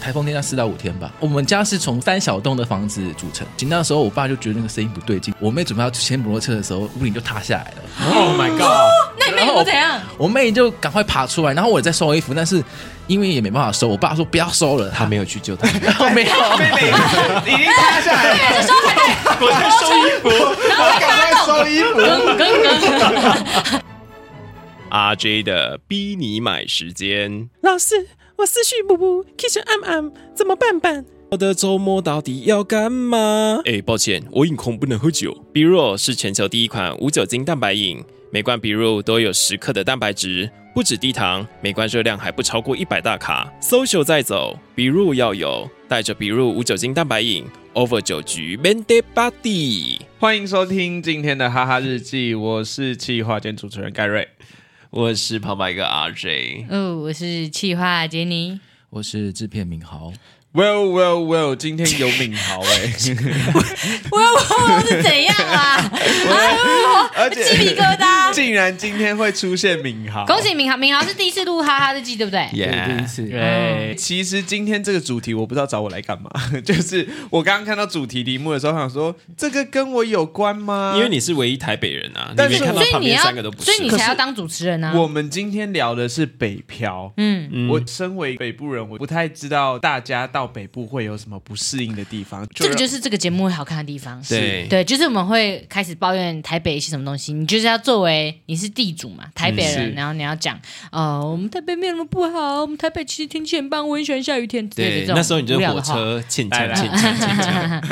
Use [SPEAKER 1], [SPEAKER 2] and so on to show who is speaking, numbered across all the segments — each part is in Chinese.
[SPEAKER 1] 台风天要四到五天吧。我们家是从三小栋的房子组成，那时候我爸就觉得那个声音不对劲，我妹准备要骑摩托车的时候，屋顶就塌下来了。
[SPEAKER 2] Oh my god！
[SPEAKER 3] 那你妹
[SPEAKER 1] 然后
[SPEAKER 3] 有怎样？
[SPEAKER 1] 我妹就赶快爬出来，然后我也在收衣服，但是因为也没办法收，我爸说不要收了，
[SPEAKER 2] 他
[SPEAKER 1] 他
[SPEAKER 2] 没有去救 他，
[SPEAKER 1] 然后没有，
[SPEAKER 4] 妹妹已经塌下来了，
[SPEAKER 3] 那时候还在
[SPEAKER 2] 我在收衣服。
[SPEAKER 3] 然后还
[SPEAKER 4] 赶快
[SPEAKER 3] 发抖，
[SPEAKER 4] 收衣服。
[SPEAKER 3] 跟跟跟，
[SPEAKER 5] RJ 的逼你买时间，
[SPEAKER 6] 老师，我思绪不不，kitchen 暗暗，怎么办办？我的周末到底要干嘛？
[SPEAKER 5] 哎，抱歉，我饮控不能喝酒。B 若是全球第一款无酒精蛋白饮，每罐 B 若都有十克的蛋白质，不止低糖，每罐热量还不超过一百大卡。social 再走，B 若要有，带着 B 若无酒精蛋白饮，over 酒局 m a n d a body。
[SPEAKER 4] 欢迎收听今天的哈哈日记，我是企划兼主持人盖瑞。
[SPEAKER 2] 我是旁白一个 RJ，
[SPEAKER 3] 哦，我是气化杰尼，
[SPEAKER 1] 我是制片明豪，
[SPEAKER 4] Well, well, well，今天有敏豪 哎、
[SPEAKER 3] 我我是怎样啊？ 啊，
[SPEAKER 4] 而
[SPEAKER 3] 我鸡皮
[SPEAKER 4] 且
[SPEAKER 3] 疙瘩。
[SPEAKER 4] 竟然今天会出现敏豪，
[SPEAKER 3] 恭！喜明豪，明豪是第一次录哈哈日记，对不对？
[SPEAKER 1] 对，第一
[SPEAKER 2] Yeah
[SPEAKER 1] 次。
[SPEAKER 3] 哎，
[SPEAKER 4] 嗯其实今天这个主题我不知道找我来干嘛， 就是我刚刚看到主题题目的时候，我想说这个跟我有关吗？
[SPEAKER 5] 因为你是唯一台北人啊，
[SPEAKER 4] 啊但
[SPEAKER 5] 你
[SPEAKER 4] 是
[SPEAKER 5] 没看到
[SPEAKER 3] 所以
[SPEAKER 5] 旁
[SPEAKER 3] 你
[SPEAKER 5] 边
[SPEAKER 3] 要
[SPEAKER 5] 三个都，不是
[SPEAKER 3] 所以。你才要当主持人啊。
[SPEAKER 4] 我们今天聊的是北漂。
[SPEAKER 3] 嗯，
[SPEAKER 5] 嗯
[SPEAKER 4] 我身为北部人，我不太知道大家到北部会有什么不适应的地方。
[SPEAKER 3] 这个就是是这个节目会好看的地方。
[SPEAKER 5] 对
[SPEAKER 3] 对，就是我们会开始抱怨台北一些什么东西，你就是要作为你是地主嘛，台北
[SPEAKER 4] 嗯是
[SPEAKER 3] 人，然后你要讲，呃，我们台北没有那么不好，我们台北其实天气很棒，我很喜欢下雨天之类的
[SPEAKER 5] 对
[SPEAKER 3] 这，种
[SPEAKER 5] 那时候你就
[SPEAKER 3] 无
[SPEAKER 5] 是
[SPEAKER 3] 聊
[SPEAKER 5] 火
[SPEAKER 3] 的话。
[SPEAKER 5] 车欠
[SPEAKER 4] 来
[SPEAKER 5] 欠
[SPEAKER 4] 来
[SPEAKER 5] 欠欠欠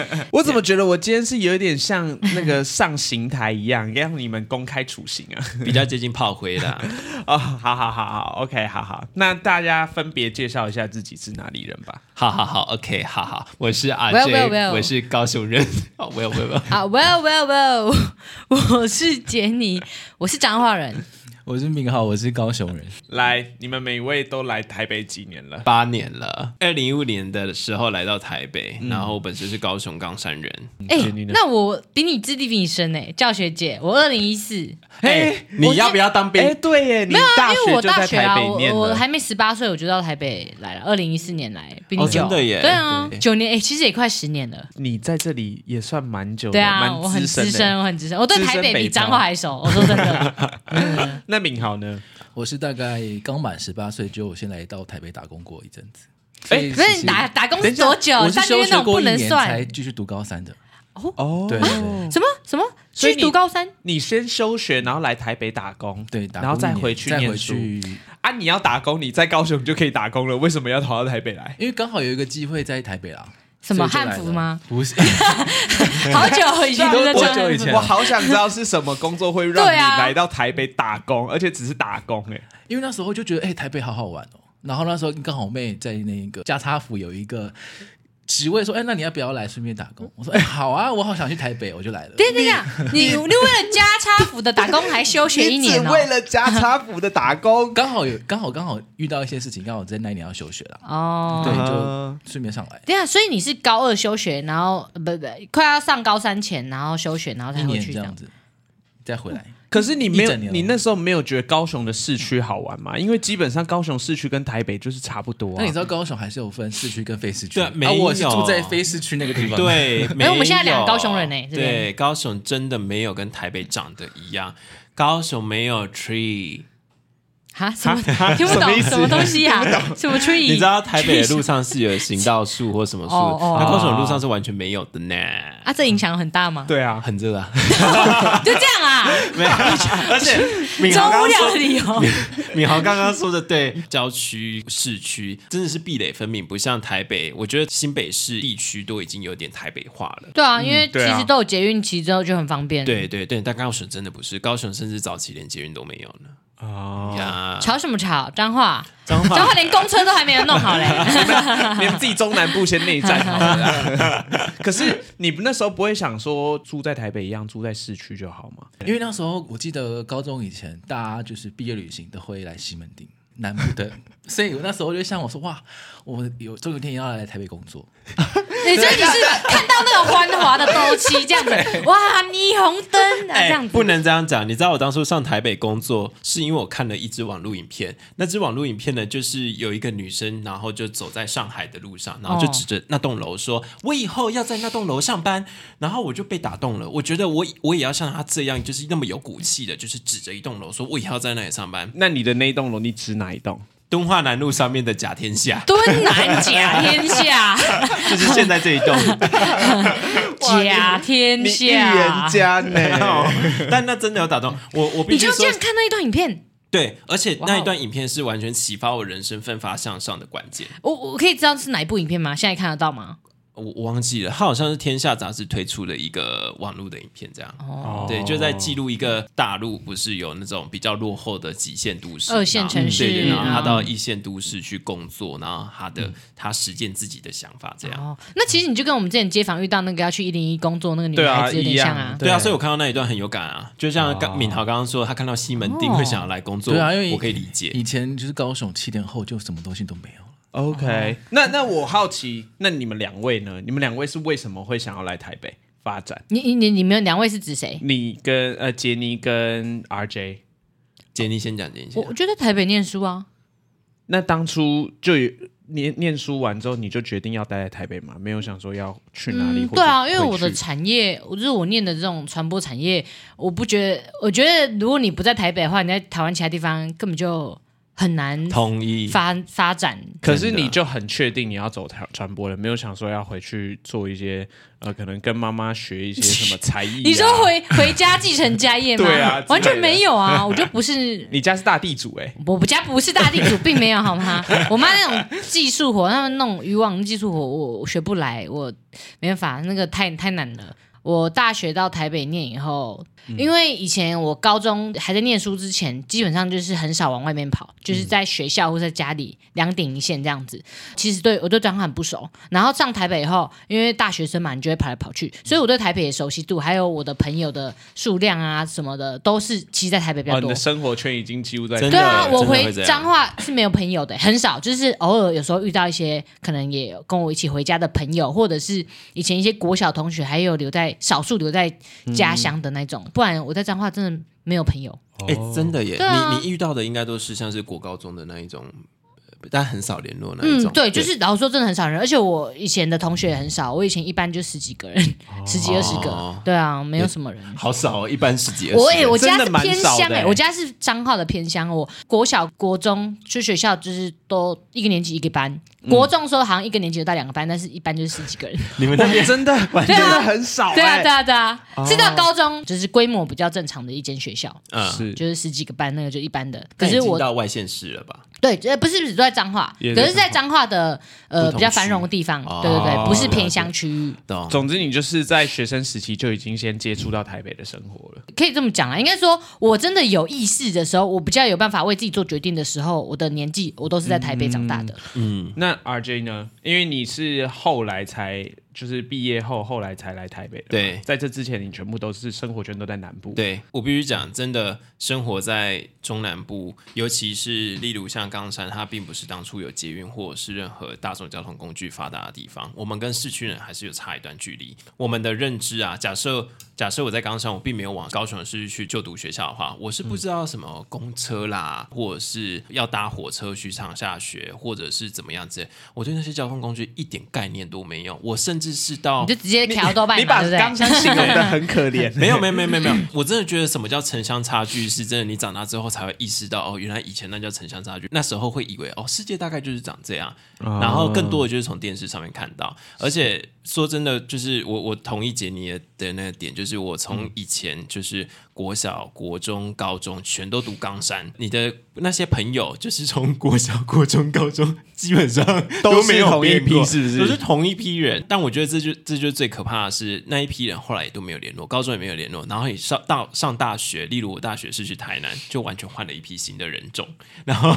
[SPEAKER 5] 欠。
[SPEAKER 4] 我怎么觉得我今天是有一点像那个上刑台一样，让你们公开处刑啊？
[SPEAKER 5] 比较接近炮灰啦。
[SPEAKER 4] 哦，好好好好，OK，好好，那大家分别介绍一下自己是哪里人吧。
[SPEAKER 2] 好好好，OK，好好，我是
[SPEAKER 3] Well, well,
[SPEAKER 2] RJ，
[SPEAKER 3] well
[SPEAKER 2] 我是高雄 人。哦，Well Well，
[SPEAKER 3] 啊，well well well，我 是杰尼，我是彰化人，
[SPEAKER 1] 我是明豪，我是高雄人，
[SPEAKER 4] 来，你们每位都来台北几年了？
[SPEAKER 2] 八年了，
[SPEAKER 5] 二零一五年的时候来到台北，
[SPEAKER 4] 嗯
[SPEAKER 5] 然后我本身是高雄冈山人。
[SPEAKER 3] 哎、
[SPEAKER 4] 尼呢
[SPEAKER 3] 那我比你资历比你深哎、教学姐，我二零一四，
[SPEAKER 2] 哎，你要不要当
[SPEAKER 4] 哎、
[SPEAKER 2] 兵？
[SPEAKER 4] 对耶，你
[SPEAKER 3] 没有啊，
[SPEAKER 4] 大
[SPEAKER 3] 因为
[SPEAKER 4] 学
[SPEAKER 3] 我
[SPEAKER 4] 就在
[SPEAKER 3] 大学啊，
[SPEAKER 4] 台北
[SPEAKER 3] 我
[SPEAKER 4] 念
[SPEAKER 3] 我
[SPEAKER 4] 了。
[SPEAKER 3] 还没十八岁我就到台北来了，二零一四年来，比
[SPEAKER 5] 哦
[SPEAKER 3] 你久，
[SPEAKER 5] 真的耶
[SPEAKER 3] 对啊
[SPEAKER 5] 对，
[SPEAKER 3] 九年哎、其实也快十年了。
[SPEAKER 4] 你在这里也算蛮久的，
[SPEAKER 3] 对啊，我
[SPEAKER 4] 蛮
[SPEAKER 3] 很
[SPEAKER 4] 深
[SPEAKER 3] 资
[SPEAKER 4] 的。
[SPEAKER 3] 深，我很资深，我对
[SPEAKER 4] 资深
[SPEAKER 3] 台北
[SPEAKER 4] 北
[SPEAKER 3] 比
[SPEAKER 4] 漂
[SPEAKER 3] 彰化还熟。我说真的，
[SPEAKER 4] 那敏豪呢？
[SPEAKER 1] 我是大概刚满十八岁就先来到台北打工过一阵子。
[SPEAKER 4] 哎
[SPEAKER 3] 不
[SPEAKER 1] 所以其
[SPEAKER 3] 是你
[SPEAKER 1] 实
[SPEAKER 3] 打打工
[SPEAKER 1] 等
[SPEAKER 3] 是
[SPEAKER 1] 一下
[SPEAKER 3] 多久？
[SPEAKER 1] 我是
[SPEAKER 3] 三个
[SPEAKER 1] 休
[SPEAKER 3] 月那
[SPEAKER 1] 学
[SPEAKER 3] 种
[SPEAKER 1] 过
[SPEAKER 3] 不
[SPEAKER 1] 一
[SPEAKER 3] 能
[SPEAKER 1] 年才
[SPEAKER 3] 算。
[SPEAKER 1] 继续读高三的。
[SPEAKER 4] 哦，
[SPEAKER 1] 对对对。
[SPEAKER 3] 什么什么？
[SPEAKER 4] 所以
[SPEAKER 3] 去
[SPEAKER 4] 你
[SPEAKER 3] 读高三？
[SPEAKER 4] 你先休学，然后来台北打工，
[SPEAKER 1] 对，打
[SPEAKER 4] 然后
[SPEAKER 1] 工
[SPEAKER 4] 再
[SPEAKER 1] 一年
[SPEAKER 4] 回去
[SPEAKER 1] 再
[SPEAKER 4] 念
[SPEAKER 1] 回
[SPEAKER 4] 书
[SPEAKER 1] 去，
[SPEAKER 4] 啊！你要打工，你在高雄就可以打工了，为什么要逃到台北来？
[SPEAKER 1] 因为刚好有一个机会在台北啦。
[SPEAKER 3] 什
[SPEAKER 1] 所
[SPEAKER 3] 么
[SPEAKER 1] 以就
[SPEAKER 3] 汉服
[SPEAKER 1] 来了
[SPEAKER 3] 吗？
[SPEAKER 1] 不是，
[SPEAKER 3] 好久以前
[SPEAKER 4] 都
[SPEAKER 3] 的
[SPEAKER 1] 多
[SPEAKER 3] 专
[SPEAKER 1] 久以
[SPEAKER 3] 案
[SPEAKER 1] 前啊
[SPEAKER 4] 我好想知道是什么工作会让
[SPEAKER 3] 对
[SPEAKER 4] 你
[SPEAKER 3] 啊
[SPEAKER 4] 来到台北打工，而且只是打工哎、
[SPEAKER 1] 因为那时候就觉得，哎、台北好好玩哦。然后那时候刚好我妹在那个加差府有一个职位，说，哎、那你要不要来顺便打工？我说，哎、好啊，我好想去台北，我就来了。
[SPEAKER 3] 等一下等一下，你你为了加差服的打工还休学一
[SPEAKER 4] 你只
[SPEAKER 3] 年哦？
[SPEAKER 4] 为了加差服的打工，
[SPEAKER 1] 刚好有刚好刚好遇到一些事情，刚好在那一年要休学了，对，
[SPEAKER 3] 哦，
[SPEAKER 4] 啊
[SPEAKER 1] 就顺便上来
[SPEAKER 3] 对啊，所以你是高二休学，然后呃不不快要上高三前，然后休学，然后
[SPEAKER 1] 一
[SPEAKER 3] 才回
[SPEAKER 1] 年
[SPEAKER 3] 去
[SPEAKER 1] 这
[SPEAKER 3] 这
[SPEAKER 1] 样
[SPEAKER 3] 样。
[SPEAKER 1] 子，再回来。
[SPEAKER 4] 可是你没
[SPEAKER 1] 一
[SPEAKER 4] 有，
[SPEAKER 1] 整年了
[SPEAKER 4] 你那时候没有觉得高雄的市区好玩吗？因为基本上高雄市区跟台北就是差不多、
[SPEAKER 1] 那你知
[SPEAKER 4] 啊。
[SPEAKER 1] 道高雄还是有分市区跟非市区？
[SPEAKER 5] 对没有
[SPEAKER 1] 啊我是住在非市区那个地方。，
[SPEAKER 5] 对，
[SPEAKER 4] 哎
[SPEAKER 5] 没有。
[SPEAKER 3] 我们现在两个高雄人欸这边
[SPEAKER 5] 对，高雄真的没有跟台北长得一样，高雄没有 tree。
[SPEAKER 3] 哈什么听不
[SPEAKER 4] 什么意
[SPEAKER 3] 懂
[SPEAKER 4] 思
[SPEAKER 3] 什么东西啊？什么 tree？
[SPEAKER 5] 你知道台北的路上是有行道树或什么
[SPEAKER 3] 哦
[SPEAKER 5] 树，
[SPEAKER 3] 哦
[SPEAKER 5] 那高雄的路上是完全没有的呢。
[SPEAKER 3] 啊？这影响很大吗？
[SPEAKER 4] 对 啊，
[SPEAKER 5] 很热啊！
[SPEAKER 3] 就这样啊？
[SPEAKER 5] 没有， 而且敏豪
[SPEAKER 3] 真无
[SPEAKER 5] 刚刚
[SPEAKER 3] 聊的
[SPEAKER 5] 说，
[SPEAKER 3] 理由。
[SPEAKER 5] 敏豪刚刚说的对，郊区、市区真的是壁垒分明，不像台北。我觉得新北市地区都已经有点台北化了。
[SPEAKER 3] 对啊，因为其
[SPEAKER 4] 对啊
[SPEAKER 3] 实都有捷运骑之后就很方便。，
[SPEAKER 5] 对对对，但高雄真的不是，高雄甚至早期连捷运都没有呢。
[SPEAKER 4] 哦，
[SPEAKER 5] 呀，
[SPEAKER 3] 吵什么吵？彰化，
[SPEAKER 5] 彰
[SPEAKER 3] 彰
[SPEAKER 5] 化
[SPEAKER 3] 化连公车都还没有弄好嘞。
[SPEAKER 4] 你们自己中南部先内战好了啦。 可是你那时候不会想说住在台北一样，住在市区就好吗？
[SPEAKER 1] 因为那时候我记得高中以前，大家就是毕业旅行都会来西门町南部的，所以我那时候就想我说哇，我有终有一天要来台北工作，
[SPEAKER 3] 对，所以你是看到那个欢华的东西这样子，哇，霓虹灯啊
[SPEAKER 5] 哎
[SPEAKER 3] 这样子，
[SPEAKER 5] 不能这样讲。你知道我当初上台北工作，是因为我看了一支网络影片。那支网络影片呢，就是有一个女生，然后就走在上海的路上，然后就指着那栋楼说：“我以后要在那栋楼上班。”然后我就被打动了，我觉得我我也要像她这样，就是那么有骨气的，就是指着一栋楼说：“我以后要在那里上班。
[SPEAKER 4] 那你的那一栋楼，你指哪一栋？”
[SPEAKER 5] 敦化南路上面的甲天 下，
[SPEAKER 3] 敦南甲天下，
[SPEAKER 5] 就是现在这一栋。
[SPEAKER 3] 甲天
[SPEAKER 4] 你预言
[SPEAKER 3] 下，
[SPEAKER 4] 家 呢？
[SPEAKER 5] 但那真的有打动我，我必
[SPEAKER 3] 你
[SPEAKER 5] 须
[SPEAKER 3] 就这
[SPEAKER 5] 说
[SPEAKER 3] 样，看那一段影片，
[SPEAKER 5] 对，而且
[SPEAKER 3] 哇哦
[SPEAKER 5] 那一段影片是完全启发我人生奋发向上的关键。
[SPEAKER 3] 我我可以知道是哪一部影片吗？现在看得到吗？
[SPEAKER 5] 我我忘记了，它好像是《天下》杂志推出的一个网络的影片，这样。
[SPEAKER 3] 哦
[SPEAKER 5] 对，就在记录一个大陆不是有那种比较落后的几线都市、
[SPEAKER 3] 二线城市
[SPEAKER 5] 然后对对，然后
[SPEAKER 3] 嗯
[SPEAKER 5] 他到一线都市去工作，然后他
[SPEAKER 1] 嗯
[SPEAKER 5] 的、他实践自己的想法，这样。
[SPEAKER 3] 哦，那其实你就跟我们之前街访遇到那个要去一零一工作那个女孩子有点像啊。
[SPEAKER 5] 对啊，所以我看到那一段很有感啊，就像刚敏豪刚刚说，他看到西门町
[SPEAKER 3] 哦
[SPEAKER 5] 会想要来工作，
[SPEAKER 1] 哦对啊，因为
[SPEAKER 5] 我可以理解。
[SPEAKER 1] 以前就是高雄七点后就什么东西都没有了。
[SPEAKER 4] OK，那那我好奇，那你们两位呢？你们两位是为什么会想要来台北发展？
[SPEAKER 3] 你你你你们两位是指谁？
[SPEAKER 4] 你跟呃杰尼跟 RJ，
[SPEAKER 5] 杰尼先讲，杰尼先
[SPEAKER 4] 啊
[SPEAKER 3] 我我就
[SPEAKER 5] 讲。
[SPEAKER 3] 在台北念书啊，
[SPEAKER 4] 那当初就有念念书完之后，你就决定要待在台北吗？没有想说要去哪里？
[SPEAKER 3] 嗯？
[SPEAKER 4] 或者
[SPEAKER 3] 对啊，因为
[SPEAKER 4] 会
[SPEAKER 3] 我的
[SPEAKER 4] 去
[SPEAKER 3] 产业，我就是我念的这种传播产业，我不觉得，我觉得如果你不在台北的话，你在台湾其他地方根本就很难
[SPEAKER 5] 同意，
[SPEAKER 3] 发发展。
[SPEAKER 4] 可是你就很确定你要走传传播了，没有想说要回去做一些呃，可能跟妈妈学一些什么才艺、啊。
[SPEAKER 3] 你说？回回家继承家业吗？
[SPEAKER 4] 对啊
[SPEAKER 3] 完
[SPEAKER 4] 之
[SPEAKER 3] 全
[SPEAKER 4] 类的
[SPEAKER 3] 没有啊，我就不是
[SPEAKER 4] 你家是大地主哎、
[SPEAKER 3] 我们家不是大地主，并没有 好吗？我妈那种技术活，他们那种渔网技术活，我我学不来，我没办法，那个太太难了。我大学到台北念以后，
[SPEAKER 4] 嗯
[SPEAKER 3] 因为以前我高中还在念书之前，基本上就是很少往外面跑，
[SPEAKER 4] 嗯
[SPEAKER 3] 就是在学校或在家里两点一线这样子。其实对我对彰化很不熟，然后上台北以后，因为大学生嘛，你就会跑来跑去，所以我对台北的熟悉度，还有我的朋友的数量啊什么的，都是其实在台北比较
[SPEAKER 4] 哦，你
[SPEAKER 3] 多。
[SPEAKER 4] 的生活圈已经几乎在
[SPEAKER 5] 真的
[SPEAKER 3] 对啊，
[SPEAKER 5] 真的
[SPEAKER 3] 我
[SPEAKER 5] 会
[SPEAKER 3] 回
[SPEAKER 5] 这样
[SPEAKER 3] 彰化是没有朋友的，很少，就是偶尔有时候遇到一些可能也跟我一起回家的朋友，或者是以前一些国小同学，还有留在少数留在家乡的那
[SPEAKER 5] 嗯
[SPEAKER 3] 种，不然我在彰化真的没有朋友。
[SPEAKER 1] 哦
[SPEAKER 5] 哎、真的耶！
[SPEAKER 3] 对啊
[SPEAKER 5] 你你遇到的应该都是像是国高中的那一种，呃但很少联络那一
[SPEAKER 3] 嗯
[SPEAKER 5] 种。，
[SPEAKER 3] 对，就是老实说，真的很少人，而且我以前的同学也很少，我以前一般就十几个人，
[SPEAKER 5] 哦
[SPEAKER 3] 十几二十个，对啊，没有什么人。
[SPEAKER 5] 好少、哦，一般十几二十。
[SPEAKER 3] 我哎、我家
[SPEAKER 4] 真
[SPEAKER 3] 是
[SPEAKER 4] 的蛮
[SPEAKER 3] 偏
[SPEAKER 4] 少
[SPEAKER 3] 乡
[SPEAKER 4] 的
[SPEAKER 3] 哎、
[SPEAKER 4] 欸
[SPEAKER 3] 我家是彰化的偏乡。我国小、国中去学校就是都一个年级一个班，
[SPEAKER 4] 嗯
[SPEAKER 3] 国中的时候好像一个年级有到两个班，但是一般就是十几 个人。
[SPEAKER 5] 你们那边
[SPEAKER 4] 真的真
[SPEAKER 3] 对啊
[SPEAKER 4] 的很少、欸哦
[SPEAKER 3] 对啊，对啊，对啊，是到高中就是规模比较正常的一间学校，
[SPEAKER 5] 嗯，
[SPEAKER 4] 是
[SPEAKER 3] 就是十几个班那个就一般的。可
[SPEAKER 5] 但已
[SPEAKER 3] 是
[SPEAKER 5] 经
[SPEAKER 3] 我
[SPEAKER 5] 到外县市了吧？
[SPEAKER 3] 对，呃，不是不是都在彰化，
[SPEAKER 4] 也
[SPEAKER 3] 可
[SPEAKER 4] 在
[SPEAKER 3] 是在彰化的呃
[SPEAKER 5] 不同
[SPEAKER 3] 比较繁荣的地方，对对
[SPEAKER 4] 哦
[SPEAKER 3] 对，不是偏乡区域，
[SPEAKER 5] 懂？
[SPEAKER 4] 总之，你就是在学生时期就已经先接触到台北的生活了。
[SPEAKER 3] 可以这么讲啊。应该说，我真的有意识的时候，我比较有办法为自己做决定的时候，我的年纪我都是在台北长大的。
[SPEAKER 5] 嗯，
[SPEAKER 4] 那 RJ 呢？因为你是后来才，就是毕业后后来才来台北的嘛。
[SPEAKER 5] 对
[SPEAKER 4] 在这之前，你全部都是生活圈都在南部。，
[SPEAKER 5] 对我必须讲，真的生活在中南部，尤其是例如像冈山，它并不是当初有捷运或者是任何大众交通工具发达的地方，我们跟市区人还是有差一段距离。我们的认知啊，假设假设我在冈山，我并没有往高雄市区去就读学校的话，我是
[SPEAKER 3] 嗯
[SPEAKER 5] 不知道什么公车啦，或者是要搭火车去上下学，或者是怎么样子，我对那些交通工具一点概念都没有。我甚至是到
[SPEAKER 3] 你就直接调豆瓣
[SPEAKER 4] 你
[SPEAKER 3] 嘛，
[SPEAKER 4] 把
[SPEAKER 3] 对不
[SPEAKER 4] 刚
[SPEAKER 3] 对？
[SPEAKER 4] 刚形容的很可 怜。
[SPEAKER 5] 没有没有没有没有没有，我真的觉得什么叫城乡差距，是真的你长大之后才会意识到哦，原来以前那叫城乡差距，那时候会以为哦，世界大概就是长这样，然后更多的就是从电视上面看到，而且说真的，就是我我同意杰尼的的那个点，就是我从以前就是国小、国中、高中全都读冈山，你的那些朋友就是从国小、国中、高中基本上
[SPEAKER 4] 都
[SPEAKER 5] 没
[SPEAKER 4] 是
[SPEAKER 5] 有
[SPEAKER 4] 同一
[SPEAKER 5] 变过
[SPEAKER 4] 批是不是
[SPEAKER 5] 都是同一批人，但我觉得这就这就是最可怕的是那一批人后来也都没有联络，高中也没有联络，然后也上到上大学，例如我大学是去
[SPEAKER 4] 哦
[SPEAKER 3] 哎
[SPEAKER 5] 台南，就完全换了一批新的人种，然后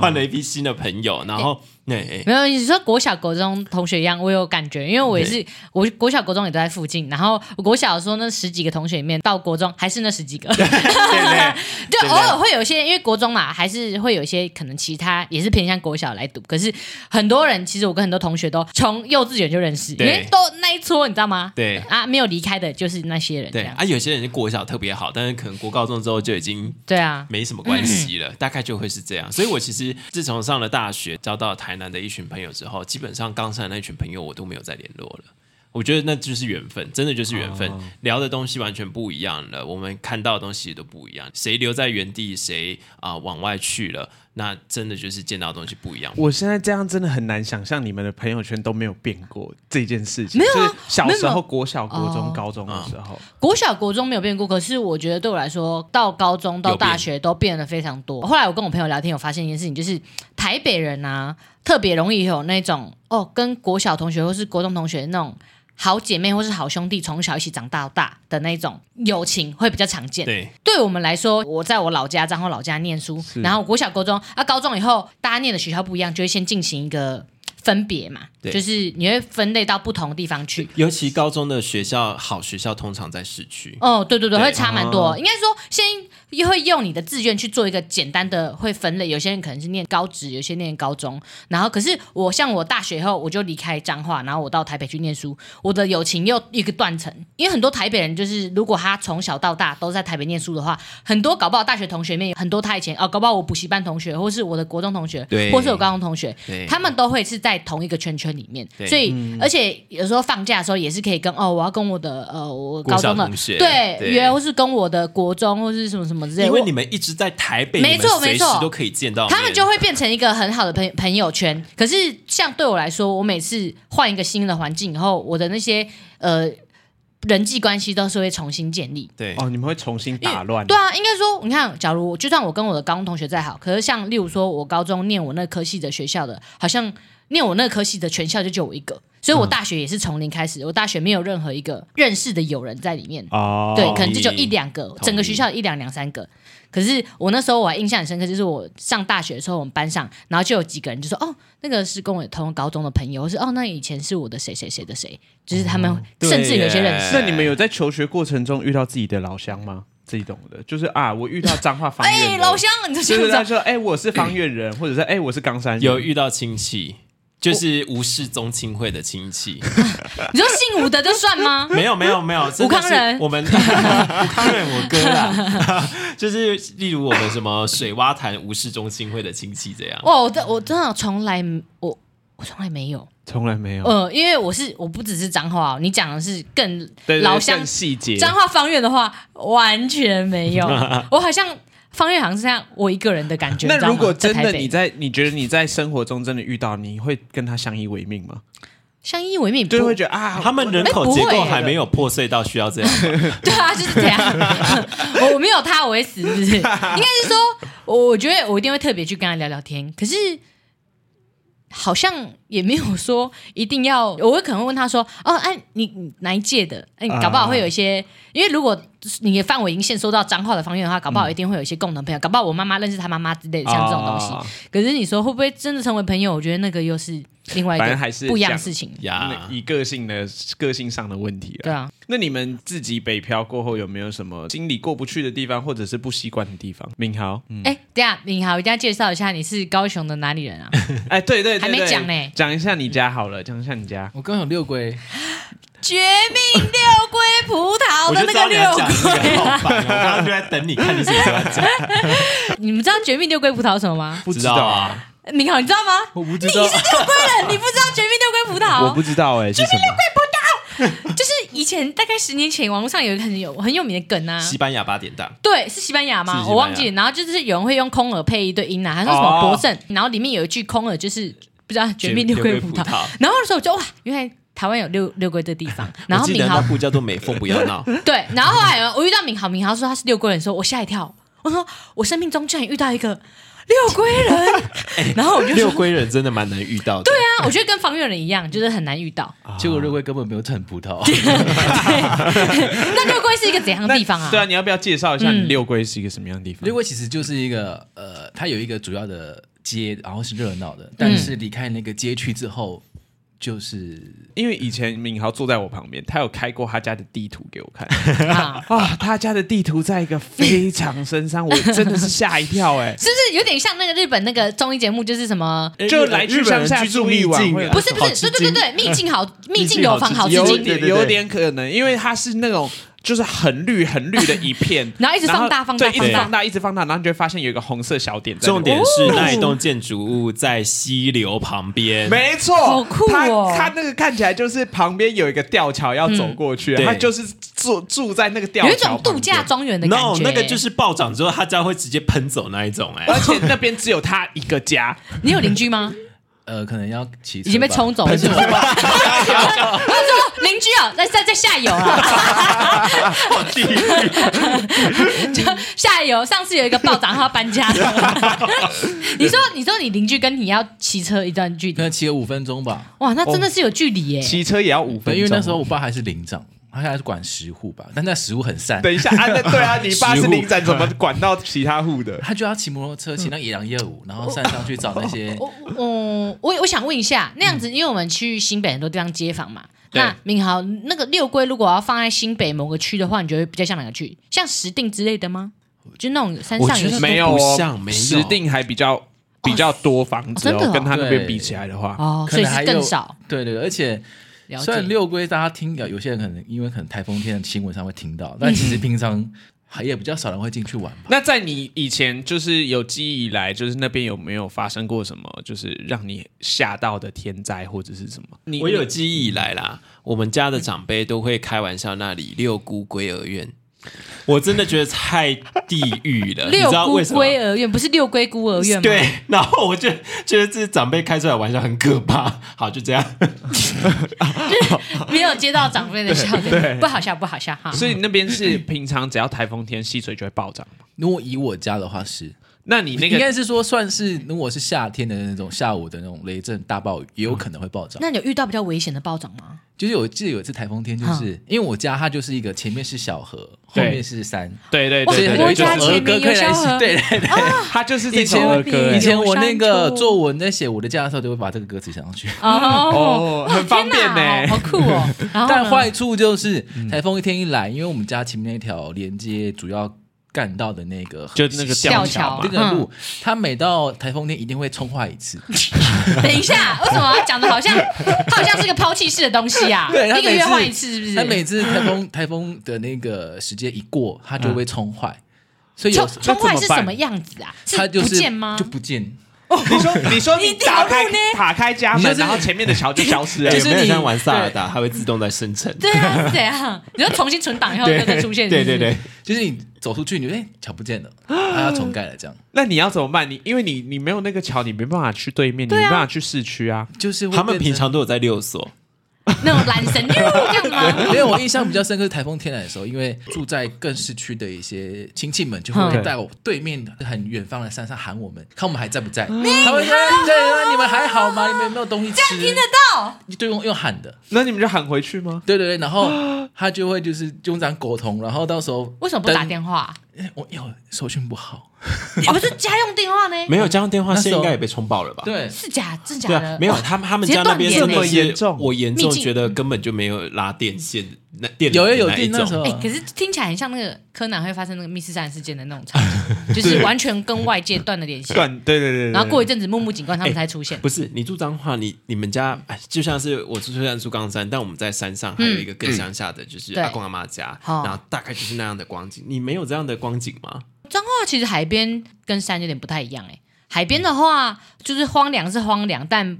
[SPEAKER 5] 换了一批新的朋友，然后对，哎
[SPEAKER 3] 没有，你说国小、国中同学一样，我有感觉，因为我也是，我国小、国中也都在附近。然后我国小说那十几个同学里面，到国中还是那十 几个， 就偶尔会有一些，因为国中嘛，还是会有一些可能其他也是偏向国小来读。可是很多人，其实我跟很多同学都从幼稚园就认识，因
[SPEAKER 5] 对
[SPEAKER 3] 为都那一撮，你知道吗？
[SPEAKER 5] 对
[SPEAKER 3] 啊，没有离开的就是那些人，这
[SPEAKER 5] 对
[SPEAKER 3] 样
[SPEAKER 5] 啊，有些人国小特别好，但是可能国高中之后就已经
[SPEAKER 3] 对啊，
[SPEAKER 5] 没什么关系
[SPEAKER 3] 嗯
[SPEAKER 5] 了，大概就会是这样。所以我其实自从上了大学，交到台南的一群朋友之后，基本上冈山的那群朋友我都没有再联络了。我觉得那就是缘分，真的就是缘分。
[SPEAKER 3] 哦
[SPEAKER 5] 聊的东西完全不一样了，我们看到的东西也都不一样。谁留在原地，谁啊、往外去了，那真的就是见到的东西不一样。
[SPEAKER 4] 我现在这样真的很难想象你们的朋友圈都没有变过这件事情。
[SPEAKER 3] 没有啊
[SPEAKER 4] 就是小时
[SPEAKER 3] 没有
[SPEAKER 4] 候国小、国中、
[SPEAKER 3] 哦
[SPEAKER 4] 高中的时候，
[SPEAKER 3] 国小、国中没有变过，可是我觉得对我来说，到高中到大学都变得非常多。后来我跟我朋友聊天，有发现一件事情，就是台北人啊，特别容易有那种哦，跟国小同学或是国中同学那种好姐妹或是好兄弟，从小一起长大到大的那种友情会比较常见。
[SPEAKER 5] 对，
[SPEAKER 3] 对我们来说，我在我老家彰化老家念书，然后国小、国中啊，高中以后大家念的学校不一样，就会先进行一个分别嘛，
[SPEAKER 5] 对
[SPEAKER 3] 就是你会分类到不同的地方去。
[SPEAKER 5] 尤其高中的学校，好学校通常在市区。
[SPEAKER 3] 哦，对对对，
[SPEAKER 5] 对哦
[SPEAKER 3] 会差蛮多。应该说，先又会用你的志愿去做一个简单的会分类。有些人可能是念高职，有些念高中。然后，可是我像我大学以后，我就离开彰化，然后我到台北去念书，我的友情又一个断层。因为很多台北人就是，如果他从小到大都在台北念书的话，很多搞不好大学同学里面有很多他以前哦，搞不好我补习班同学，或是我的国中同学，
[SPEAKER 5] 对
[SPEAKER 3] 或是我高中同学，
[SPEAKER 5] 对，
[SPEAKER 3] 他们都会是在同一个圈圈里面，
[SPEAKER 5] 对嗯
[SPEAKER 3] 所以、而且有时候放假的时候也是可以跟哦，我要跟我的呃我
[SPEAKER 5] 国
[SPEAKER 3] 高
[SPEAKER 5] 小
[SPEAKER 3] 中的
[SPEAKER 5] 同学
[SPEAKER 3] 对
[SPEAKER 5] 对
[SPEAKER 3] 约，或是跟我的国中或是什么什么之类，
[SPEAKER 5] 因为
[SPEAKER 3] 我
[SPEAKER 5] 你们一直在台北，
[SPEAKER 3] 没错
[SPEAKER 5] 你们
[SPEAKER 3] 没
[SPEAKER 5] 随时
[SPEAKER 3] 错
[SPEAKER 5] 都可以见到面
[SPEAKER 3] 他们就会变成一个很好的朋朋友圈。可是像对我来说，我每次换一个新的环境以后，我的那些呃人际关系都是会重新建立。
[SPEAKER 5] 对
[SPEAKER 4] 哦，你们会重新
[SPEAKER 3] 因为
[SPEAKER 4] 打乱。
[SPEAKER 3] 对啊，应该说，你看，假如就算我跟我的高中同学再好，可是像例如说我高中念我那科系的学校的，好像念我那科系的全校就只有我一个，所以我大学也是从零开始，我大学没有任何一个认识的友人在里面。
[SPEAKER 4] 哦，
[SPEAKER 3] 对，可能就只有一两个，
[SPEAKER 5] 意
[SPEAKER 3] 整个学校一两两三个。可是我那时候我还印象很深刻，就是我上大学的时候，我们班上，然后就有几个人就说：“哦，那个是跟我同高中的朋友，或是哦，那以前是我的谁谁谁的谁。”就是他们
[SPEAKER 5] 哦对
[SPEAKER 3] 甚至有些认
[SPEAKER 5] 耶
[SPEAKER 3] 识。
[SPEAKER 4] 那你们有在求学过程中遇到自己的老乡吗？自己懂的，就是啊，我遇到彰化方
[SPEAKER 3] 哎，
[SPEAKER 4] 言，
[SPEAKER 3] 老，乡，你这
[SPEAKER 4] 就
[SPEAKER 3] 样
[SPEAKER 4] 是
[SPEAKER 3] 子
[SPEAKER 4] 他
[SPEAKER 3] 啊
[SPEAKER 4] 说，哎，我是方院人，或者是哎，我是冈山人，
[SPEAKER 5] 有遇到亲戚，就是吴氏宗亲会的亲戚，
[SPEAKER 3] 你说姓武的就算吗？
[SPEAKER 5] 没有没有没有，真的是
[SPEAKER 3] 吴康仁
[SPEAKER 5] 我们吴康仁我哥啦，就是例如我们什么水洼潭吴氏宗亲会的亲戚这样，
[SPEAKER 3] 哇，我真我真的从来我我从来没有，
[SPEAKER 4] 从来没有，
[SPEAKER 3] 呃，因为我是我不只是脏话，哦你讲的是更
[SPEAKER 4] 对，对
[SPEAKER 3] 老
[SPEAKER 4] 更
[SPEAKER 3] 乡
[SPEAKER 4] 细节，
[SPEAKER 3] 脏话方院的话，完全没有，我好像方院好像是像我一个人的感觉。
[SPEAKER 4] 那
[SPEAKER 3] 知道吗
[SPEAKER 4] 如果真
[SPEAKER 3] 在
[SPEAKER 4] 的
[SPEAKER 3] 台北
[SPEAKER 4] 你在，你觉得你在生活中真的遇到，你会跟他相依为命吗？
[SPEAKER 3] 相依为命，
[SPEAKER 4] 就
[SPEAKER 3] 不
[SPEAKER 4] 会觉得啊，
[SPEAKER 5] 他们人口
[SPEAKER 3] 哎不会
[SPEAKER 5] 结构还没有破碎到需要这样吧，
[SPEAKER 3] 对啊，就是这样。 我我没有他，我会死，是不是？应该是说，我我觉得我一定会特别去跟他聊聊天。可是好像也没有说一定要，我会可能会问他说：“哦，哎、你你哪一 届的？哎、
[SPEAKER 4] 啊
[SPEAKER 3] 搞不好会有一些，因为如果你的范围已经限缩到彰化的方面的话，搞不好一定会有一些共同朋友，搞不好我妈妈认识他妈妈之类的，像这种东西。
[SPEAKER 4] 啊
[SPEAKER 3] 可是你说会不会真的成为朋友？我觉得那个又是另外一
[SPEAKER 4] 反
[SPEAKER 3] 个
[SPEAKER 4] 正还是
[SPEAKER 3] 不一样的
[SPEAKER 4] 讲
[SPEAKER 3] 事情。
[SPEAKER 5] 呀
[SPEAKER 4] 那以个性的个性上的问题
[SPEAKER 3] 对
[SPEAKER 4] 了。
[SPEAKER 3] 啊，
[SPEAKER 4] 那你们自己北漂过后有没有什么心里过不去的地方，或者是不习惯的地方？敏豪，嗯，
[SPEAKER 3] 哎、等一下，敏豪，一定要介绍一下你是高雄的哪里人啊？
[SPEAKER 4] 哎，对对，对
[SPEAKER 3] 还没
[SPEAKER 4] 对
[SPEAKER 3] 讲呢
[SPEAKER 4] 讲一下你家好了，讲一下你家。
[SPEAKER 1] 我刚有六龟，
[SPEAKER 3] 绝命六龟葡萄
[SPEAKER 5] 我
[SPEAKER 3] 的那
[SPEAKER 5] 就知道
[SPEAKER 3] 个
[SPEAKER 5] 你要
[SPEAKER 3] 六
[SPEAKER 5] 讲这个，
[SPEAKER 3] 龟，
[SPEAKER 5] 好烦哦，我刚刚就在等你看你什么时候要讲，
[SPEAKER 3] 你们知道绝命六龟葡萄是什么吗？
[SPEAKER 4] 不
[SPEAKER 5] 知道，啊，
[SPEAKER 3] 明豪，你知道吗？
[SPEAKER 1] 我不知道，
[SPEAKER 3] 六龟人，你不知道绝命六龟葡
[SPEAKER 4] 我
[SPEAKER 3] 萄
[SPEAKER 4] 不？知道哎，是什么？
[SPEAKER 3] 就是以前大概十年前，网络上有一个很有很有名的梗啊。
[SPEAKER 5] 西班牙八点档，
[SPEAKER 3] 对，是西班牙
[SPEAKER 5] 是
[SPEAKER 3] 吗
[SPEAKER 5] 西？班牙
[SPEAKER 3] 我忘记了。然后就是有人会用空耳配一对音啊，还说什么
[SPEAKER 4] 哦
[SPEAKER 3] 博正，然后里面有一句空耳就是不知道绝命六龟葡萄。
[SPEAKER 5] 萄。
[SPEAKER 3] 然后那时候我就哇，原来台湾有六六龟这个地方。然
[SPEAKER 5] 我
[SPEAKER 3] 后
[SPEAKER 5] 记得
[SPEAKER 3] 明
[SPEAKER 5] 那
[SPEAKER 3] 豪
[SPEAKER 5] 部叫做《美凤不要闹》，
[SPEAKER 3] 对，然后后来我遇到敏豪，敏豪说他是六龟人的时候，我吓一跳，我说我生命中居然遇到一个六龟人，然后我就
[SPEAKER 5] 六
[SPEAKER 3] 说，
[SPEAKER 5] 龟人真的蛮难遇到的。对
[SPEAKER 3] 对啊，我觉得跟方月人一样，就是很难遇到。
[SPEAKER 1] 结果六龟根本没有产葡 萄。
[SPEAKER 3] 嗯那六龟是一个怎样的地方啊？
[SPEAKER 4] 对啊，你要不要介绍一下你
[SPEAKER 3] 嗯
[SPEAKER 4] 六龟是一个什么样的地方
[SPEAKER 1] 六？龟其实就是一个呃，它有一个主要的街，然后是热闹的，但是离开那个街区之后，就是
[SPEAKER 4] 因为以前敏豪坐在我旁边，他有开过他家的地图给我看
[SPEAKER 3] 啊，
[SPEAKER 4] 啊，他家的地图在一个非常深山，我真的是吓一跳哎、
[SPEAKER 3] 是不是有点像那个日本那个综艺节目，就是什么？
[SPEAKER 4] 就来去乡下住一晚会
[SPEAKER 3] 不是不是，对对对对，秘境好，秘境有房好吃
[SPEAKER 4] 有
[SPEAKER 3] 惊，
[SPEAKER 4] 点
[SPEAKER 6] 对对
[SPEAKER 4] 有点可能，因为它是那种就是很绿很绿的一片
[SPEAKER 3] ，然后一直放大放大
[SPEAKER 4] 对一直
[SPEAKER 3] 放大
[SPEAKER 4] 放大，一直放大，然后你就会发现有一个红色小点在那
[SPEAKER 7] 重
[SPEAKER 4] 边。
[SPEAKER 7] 点是那一栋建筑物在溪流旁边，
[SPEAKER 4] 哦没错，
[SPEAKER 3] 好酷哦嗯
[SPEAKER 4] 它它那个看起来就是旁边有一个吊桥要走过去，啊
[SPEAKER 7] 对
[SPEAKER 4] 它就是住住在那个吊
[SPEAKER 3] 有一
[SPEAKER 4] 桥
[SPEAKER 3] 种
[SPEAKER 4] 旁边
[SPEAKER 3] 度假，庄园的感
[SPEAKER 7] no
[SPEAKER 3] 觉。
[SPEAKER 7] 那个就是暴涨之后，他家会直接喷走那一种、
[SPEAKER 4] 而
[SPEAKER 7] 哎，
[SPEAKER 4] 且那边只有他一个家，
[SPEAKER 3] 你有邻居吗？
[SPEAKER 1] 呃，可能要骑已
[SPEAKER 3] 已经被冲走了，是不是？他说邻居啊，在在在下游啊， 就下游。上次有一个暴涨，他要搬家了。你说，你说你邻居跟你要骑车一段距
[SPEAKER 1] 可
[SPEAKER 3] 离，
[SPEAKER 1] 能骑了五分钟吧。
[SPEAKER 3] 哇，那真的是有距离耶、
[SPEAKER 4] 骑车也要五
[SPEAKER 1] 对，
[SPEAKER 4] 分钟。
[SPEAKER 1] 因为那时候我爸还是领长，他现在是管十户吧，但那十户很散，
[SPEAKER 4] 等一下啊，那对啊，你爸是领展，怎么管到其他户的？
[SPEAKER 1] 他就要骑摩托车骑
[SPEAKER 4] 嗯
[SPEAKER 1] 那野狼夜舞，然后散上去找那些
[SPEAKER 4] 哦
[SPEAKER 3] 我嗯，我我想问一下，那样子，因为我们去新北很多地方街访嘛。
[SPEAKER 5] 对
[SPEAKER 3] 那明豪，那个六龟如果要放在新北某个区的话，你觉得比较像哪个区？像石碇之类的吗？就那种山上有
[SPEAKER 7] 我觉得
[SPEAKER 4] 没有哦
[SPEAKER 7] 不像没有
[SPEAKER 4] 石定还比较比较多房子
[SPEAKER 3] 哦真的
[SPEAKER 4] 哦
[SPEAKER 3] 哦，
[SPEAKER 4] 跟他那边
[SPEAKER 1] 对
[SPEAKER 4] 比起来的话，
[SPEAKER 3] 哦，
[SPEAKER 1] 可
[SPEAKER 3] 所以
[SPEAKER 1] 能还
[SPEAKER 3] 是
[SPEAKER 1] 有
[SPEAKER 3] 更少。
[SPEAKER 1] 对对，对而且
[SPEAKER 3] 了解
[SPEAKER 1] 虽然六龟大家听，有些人可能因为可能台风天的新闻上会听到，
[SPEAKER 3] 嗯
[SPEAKER 1] 但其实平常还也比较少人会进去玩吧。
[SPEAKER 4] 那在你以前就是有记忆以来，就是那边有没有发生过什么，就是让你吓到的天灾或者是什么？你
[SPEAKER 7] 我有记忆以来啦，我们家的长辈都会开玩笑那里六姑归儿院，我真的觉得太地狱 了，你
[SPEAKER 3] 六
[SPEAKER 7] 知道
[SPEAKER 3] 姑
[SPEAKER 7] 为什么？
[SPEAKER 3] 龟儿院不是六龟孤儿院吗？
[SPEAKER 7] 对，然后我就觉得这些长辈开出来的玩笑很可怕。 好，就这样。
[SPEAKER 3] 没有接到长辈的笑点，不好笑，不好笑哈。
[SPEAKER 4] 所以那边是平常只要台风天溪水就会暴涨吗
[SPEAKER 1] 如果以我家的话是，
[SPEAKER 4] 那你那
[SPEAKER 1] 应该
[SPEAKER 4] 个
[SPEAKER 1] 是说算是如果是夏天的那种下午的那种雷阵大暴雨，也
[SPEAKER 3] 嗯
[SPEAKER 1] 有可能会暴涨。
[SPEAKER 3] 那你有遇到比较危险的暴涨吗？
[SPEAKER 1] 就是我记得有一次台风天，
[SPEAKER 3] 嗯
[SPEAKER 1] 就是因为我家它就是一个前面是小河，后
[SPEAKER 4] 对
[SPEAKER 1] 面是山，
[SPEAKER 4] 对对
[SPEAKER 3] 我
[SPEAKER 4] 对对
[SPEAKER 1] 有
[SPEAKER 4] 对，
[SPEAKER 1] 一种
[SPEAKER 3] 家
[SPEAKER 1] 儿
[SPEAKER 3] 前
[SPEAKER 1] 歌
[SPEAKER 3] 面
[SPEAKER 1] 可
[SPEAKER 3] 有
[SPEAKER 1] 以
[SPEAKER 3] 小
[SPEAKER 1] 来写
[SPEAKER 3] 河，
[SPEAKER 1] 对对对。
[SPEAKER 4] 他就是
[SPEAKER 1] 以
[SPEAKER 4] 这首
[SPEAKER 1] 前
[SPEAKER 4] 儿歌
[SPEAKER 1] 以
[SPEAKER 4] 欸，
[SPEAKER 1] 前我那个
[SPEAKER 3] 有山丘
[SPEAKER 1] 作文在写我的家的时候，都会把这个歌词写上去。
[SPEAKER 3] 哦
[SPEAKER 4] 哦很方便呢
[SPEAKER 3] 天哪好酷哦。然后呢
[SPEAKER 1] 但坏处就是台风一天一来，因为我们家前面那条连接主要干道的那个
[SPEAKER 4] 就那个
[SPEAKER 3] 吊
[SPEAKER 4] 吊
[SPEAKER 3] 桥
[SPEAKER 4] 桥
[SPEAKER 1] 那
[SPEAKER 4] 嘛。
[SPEAKER 1] 个
[SPEAKER 3] 嗯
[SPEAKER 1] 路，它每到台风天一定会冲坏一 次。
[SPEAKER 3] 等一下，为什么要讲的好像它好像是个抛弃式的东西啊？
[SPEAKER 1] 对，它
[SPEAKER 3] 一个
[SPEAKER 1] 每
[SPEAKER 3] 月
[SPEAKER 1] 次
[SPEAKER 3] 换一次，是不是？
[SPEAKER 1] 它每次台风台风的那个时间一过，它就会冲坏。所以有
[SPEAKER 3] 冲
[SPEAKER 1] 时
[SPEAKER 3] 冲坏
[SPEAKER 4] 那
[SPEAKER 3] 是
[SPEAKER 4] 怎么办
[SPEAKER 3] 什么样子啊？
[SPEAKER 1] 它就是
[SPEAKER 3] 不见吗
[SPEAKER 1] 就？不见。
[SPEAKER 4] 你说 你说你
[SPEAKER 3] 一条
[SPEAKER 4] 打开
[SPEAKER 3] 路呢
[SPEAKER 4] 打开家
[SPEAKER 1] 你就
[SPEAKER 4] 门，
[SPEAKER 1] 是
[SPEAKER 4] 然后前面的桥就消失了
[SPEAKER 1] 就。
[SPEAKER 4] 哎
[SPEAKER 7] 有
[SPEAKER 1] 是
[SPEAKER 7] 没有
[SPEAKER 1] 你
[SPEAKER 7] 像玩塞尔达，它会自动在生 成？
[SPEAKER 3] 对啊，是怎样？你要重新存档以后就会 出现，
[SPEAKER 7] 对
[SPEAKER 3] 是不
[SPEAKER 7] 对对，
[SPEAKER 3] 是
[SPEAKER 1] 就是你走出去，你就哎桥不见了，它要重盖了这样。
[SPEAKER 4] 那你要怎么办？你因为你你没有那个桥，你没办法去对面，你
[SPEAKER 3] 对啊
[SPEAKER 4] 没办法去市区啊。
[SPEAKER 1] 就是会
[SPEAKER 7] 他们
[SPEAKER 1] 变成
[SPEAKER 7] 平常都有在六所，
[SPEAKER 3] 那种懒神这样 吗？
[SPEAKER 1] 因为我印象比较深刻是台风天来的时候，因为住在更市区的一些亲戚们就会
[SPEAKER 3] 嗯
[SPEAKER 1] 在我对面很远方的山上喊我们，看我们还在不在。他们说：“对啊，你们还好吗？你们有没有东西吃？”听得到，就用用喊的，
[SPEAKER 4] 那你们就喊回去吗？
[SPEAKER 1] 对对对。然后他就会就是用这样沟通，然后到时候
[SPEAKER 3] 为什么不打
[SPEAKER 1] 灯？
[SPEAKER 3] 电话？
[SPEAKER 1] 我因为我收讯不好，
[SPEAKER 3] 你不是家用电话呢？
[SPEAKER 7] 没有家用电话
[SPEAKER 1] 那时
[SPEAKER 7] 线
[SPEAKER 1] 候
[SPEAKER 7] 应该也被冲爆了吧？
[SPEAKER 1] 对，
[SPEAKER 3] 是假真假
[SPEAKER 7] 对
[SPEAKER 3] 的
[SPEAKER 7] 啊，？没有他们他们家那边
[SPEAKER 3] 直接
[SPEAKER 7] 真
[SPEAKER 3] 断电
[SPEAKER 7] 的
[SPEAKER 4] 这么
[SPEAKER 7] 是
[SPEAKER 4] 严重
[SPEAKER 7] 我严重
[SPEAKER 3] 秘境
[SPEAKER 7] 觉得根本就没有拉电线，那电
[SPEAKER 1] 有
[SPEAKER 7] 缆
[SPEAKER 1] 有
[SPEAKER 7] 的
[SPEAKER 1] 有
[SPEAKER 7] 那一
[SPEAKER 1] 电那时
[SPEAKER 7] 种
[SPEAKER 1] 候
[SPEAKER 3] 哎、，可是听起来很像那个柯南会发生那个密室杀人事件的那种场 景，就是完全跟外界断了联系，
[SPEAKER 4] 断对对对对对。
[SPEAKER 3] 然后过一阵子木木警官他们才出现。
[SPEAKER 7] 不是你住彰化，你你们家哎就像是我住虽然住冈山，但我们在山上还有一个更乡下的，就是
[SPEAKER 3] 嗯对
[SPEAKER 7] 阿公阿妈家，
[SPEAKER 3] 哦
[SPEAKER 7] 然后大概就是那样的光景。你没有这样的光景吗？
[SPEAKER 3] 彰化其实海边跟山有点不太一样哎、海边的话就是荒凉是荒凉，但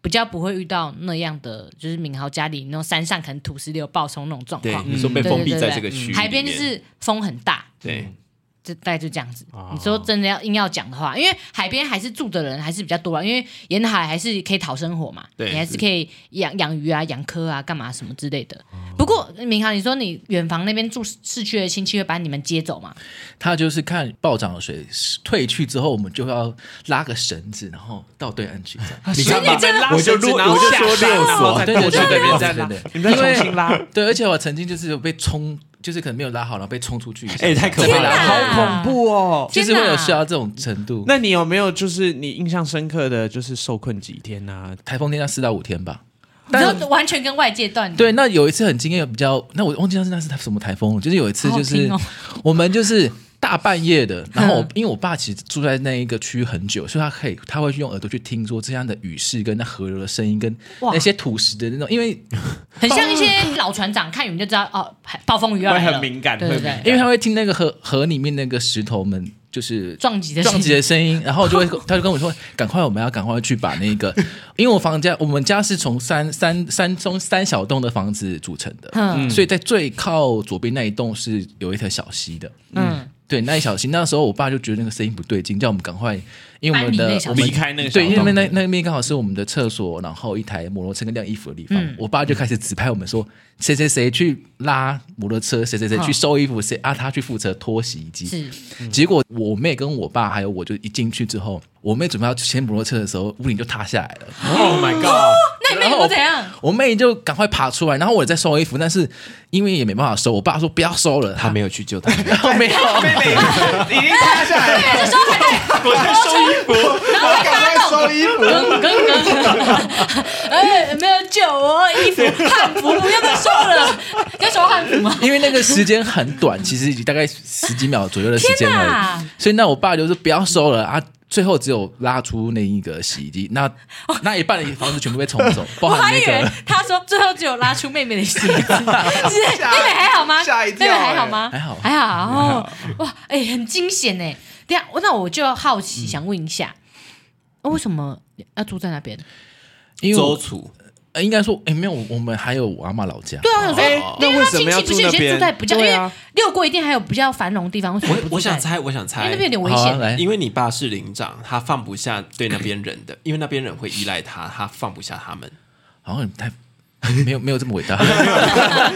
[SPEAKER 3] 比较不会遇到那样的，就是敏豪家里那种山上可能土石流、暴冲那种状
[SPEAKER 7] 对，
[SPEAKER 3] 况。
[SPEAKER 7] 你说被
[SPEAKER 3] 嗯对
[SPEAKER 7] 封闭
[SPEAKER 3] 对
[SPEAKER 7] 在
[SPEAKER 3] 对嗯
[SPEAKER 7] 这个区域里面，
[SPEAKER 3] 海边就是风很大，
[SPEAKER 7] 对
[SPEAKER 3] 就大概就这样子。你说真的要硬要讲的话，因为海边还是住的人还是比较多啦，因为沿海还是可以讨生活嘛，
[SPEAKER 7] 对
[SPEAKER 3] 你还是可以养养鱼啊、养科啊、干嘛什么之类的。不过明航，你说你远房那边住市区的亲戚会把你们接走嘛？
[SPEAKER 1] 他就是看暴涨的水退去之后，我们就要拉个绳子，然后到对岸去。这样
[SPEAKER 4] 你看吧，
[SPEAKER 7] 我就录我就说六
[SPEAKER 4] 然后
[SPEAKER 7] 所
[SPEAKER 4] 再
[SPEAKER 1] 对
[SPEAKER 4] 过
[SPEAKER 1] 对
[SPEAKER 4] 去
[SPEAKER 1] 对
[SPEAKER 4] 这边再
[SPEAKER 1] 对
[SPEAKER 4] 拉
[SPEAKER 1] 对，对，
[SPEAKER 4] 你们再重新拉。
[SPEAKER 1] 对，而且我曾经就是有被冲，就是可能没有拉好，然后被冲出去一下，
[SPEAKER 5] 哎太可怕了
[SPEAKER 1] 再被拉好
[SPEAKER 3] 天哪
[SPEAKER 4] 好恐怖哦！
[SPEAKER 1] 就是会
[SPEAKER 3] 天
[SPEAKER 1] 有
[SPEAKER 3] 哪
[SPEAKER 1] 需要这种程度。那
[SPEAKER 4] 那你有没有就是你印象深刻的就是受困几天啊？
[SPEAKER 1] 台风天要四到五天吧。
[SPEAKER 3] 你就完全跟外界断
[SPEAKER 1] 对，那有一次很惊艳，比较那我忘记那是那是什么台风了，就是有一次
[SPEAKER 3] 好好
[SPEAKER 1] 就是、
[SPEAKER 3] 听哦
[SPEAKER 1] 我们就是大半夜的，然后我
[SPEAKER 3] 嗯
[SPEAKER 1] 因为我爸其实住在那一个区域很久，所以他可以他会去用耳朵去听说这样的雨势跟那河流的声音跟
[SPEAKER 3] 哇
[SPEAKER 1] 那些土石的那种，因为
[SPEAKER 3] 很像一些老船长看云就知道哦，暴风雨要来了，
[SPEAKER 4] 会很敏感
[SPEAKER 3] 对对
[SPEAKER 4] 会
[SPEAKER 3] 对，
[SPEAKER 1] 因为他会听那个河河里面那个石头们就是
[SPEAKER 3] 撞击的声音
[SPEAKER 1] 撞击的声 音，然后就会他就跟我说，赶快我们要赶快去把那个，因为我房家我们家是从三三三中三小栋的房子组成的，
[SPEAKER 3] 嗯
[SPEAKER 1] 所以在最靠左边那一栋是有一条小溪的。
[SPEAKER 3] 嗯，
[SPEAKER 1] 对，那一小溪，那时候我爸就觉得那个声音不对劲，叫我们赶快，因为我们
[SPEAKER 3] 搬离
[SPEAKER 1] 的
[SPEAKER 3] 那小
[SPEAKER 1] 我
[SPEAKER 3] 溪
[SPEAKER 1] 们
[SPEAKER 4] 离开那个
[SPEAKER 1] 对，因
[SPEAKER 4] 小
[SPEAKER 1] 为
[SPEAKER 4] 洞
[SPEAKER 1] 那那边刚好是我们的厕所，然后一台摩托车跟晾衣服的地方。
[SPEAKER 3] 嗯
[SPEAKER 1] 我爸就开始指派我们说，谁谁谁去拉摩托车，谁谁谁
[SPEAKER 3] 嗯
[SPEAKER 1] 去收衣服，谁啊他去负责拖洗衣机。
[SPEAKER 3] 是
[SPEAKER 1] 结果我妹跟我爸还有我就一进去之后，我妹准备要牵摩托车的时候，屋顶就塌下来了。
[SPEAKER 5] Oh my god！
[SPEAKER 3] 那你妹
[SPEAKER 1] 然后
[SPEAKER 3] 夫怎样？
[SPEAKER 1] 我妹就赶快爬出来，然后我在收衣服，但是因为也没办法收，我爸说不要收了，
[SPEAKER 5] 他没有去救他，
[SPEAKER 1] 他没有。
[SPEAKER 4] 已经塌下来了，
[SPEAKER 3] 那时候才对，
[SPEAKER 4] 然后赶快收衣服。
[SPEAKER 3] 跟跟跟， 哎，没有救哦，衣服汉服不要再收了，要收汉服 吗？
[SPEAKER 1] 因为那个时间很短，其实已经大概十几秒左右的时间
[SPEAKER 3] 天
[SPEAKER 1] 而
[SPEAKER 3] 哪
[SPEAKER 1] 已，所以那我爸就是不要收了啊。最后只有拉出那一个洗衣机，那那一半的房子全部被冲 走，包
[SPEAKER 3] 哦我
[SPEAKER 1] 含
[SPEAKER 3] 还以
[SPEAKER 1] 那
[SPEAKER 3] 为
[SPEAKER 1] 个
[SPEAKER 3] 他说最后只有拉出妹妹的鞋子，是妹妹还好吗？
[SPEAKER 4] 吓
[SPEAKER 3] 妹
[SPEAKER 4] 一跳
[SPEAKER 3] 妹还好吗？
[SPEAKER 1] 哎还好
[SPEAKER 3] 还好哦。哇，哎，很惊险哎！等一下，那我就好奇，想问一下，呃为什么要住在那边？
[SPEAKER 1] 因为
[SPEAKER 5] 周
[SPEAKER 1] 我
[SPEAKER 5] 楚
[SPEAKER 1] 呃应该说，哎、没有，我们还有我阿妈老家，
[SPEAKER 3] 对啊，我想说，因
[SPEAKER 4] 哎那
[SPEAKER 3] 为
[SPEAKER 4] 为
[SPEAKER 3] 他
[SPEAKER 4] 什
[SPEAKER 3] 亲
[SPEAKER 4] 么要
[SPEAKER 3] 戚
[SPEAKER 4] 住
[SPEAKER 3] 不是有
[SPEAKER 4] 那
[SPEAKER 3] 些
[SPEAKER 4] 边
[SPEAKER 3] 住在比较，
[SPEAKER 4] 哦
[SPEAKER 3] 因
[SPEAKER 4] 对
[SPEAKER 3] 为
[SPEAKER 4] 啊
[SPEAKER 3] 六过一定还有比较繁荣的地方，为什么不
[SPEAKER 5] 我
[SPEAKER 3] 住
[SPEAKER 5] 我想
[SPEAKER 3] 在
[SPEAKER 5] 猜，我想
[SPEAKER 3] 因为
[SPEAKER 5] 猜，
[SPEAKER 3] 哎那边有点危
[SPEAKER 1] 好、啊、
[SPEAKER 3] 险。
[SPEAKER 1] 来，
[SPEAKER 5] 因为你爸是领长，他放不下对那边人的，因为那边人会依赖他，他放不下他们。
[SPEAKER 1] 好像太 没有没有这么伟大，
[SPEAKER 5] 啊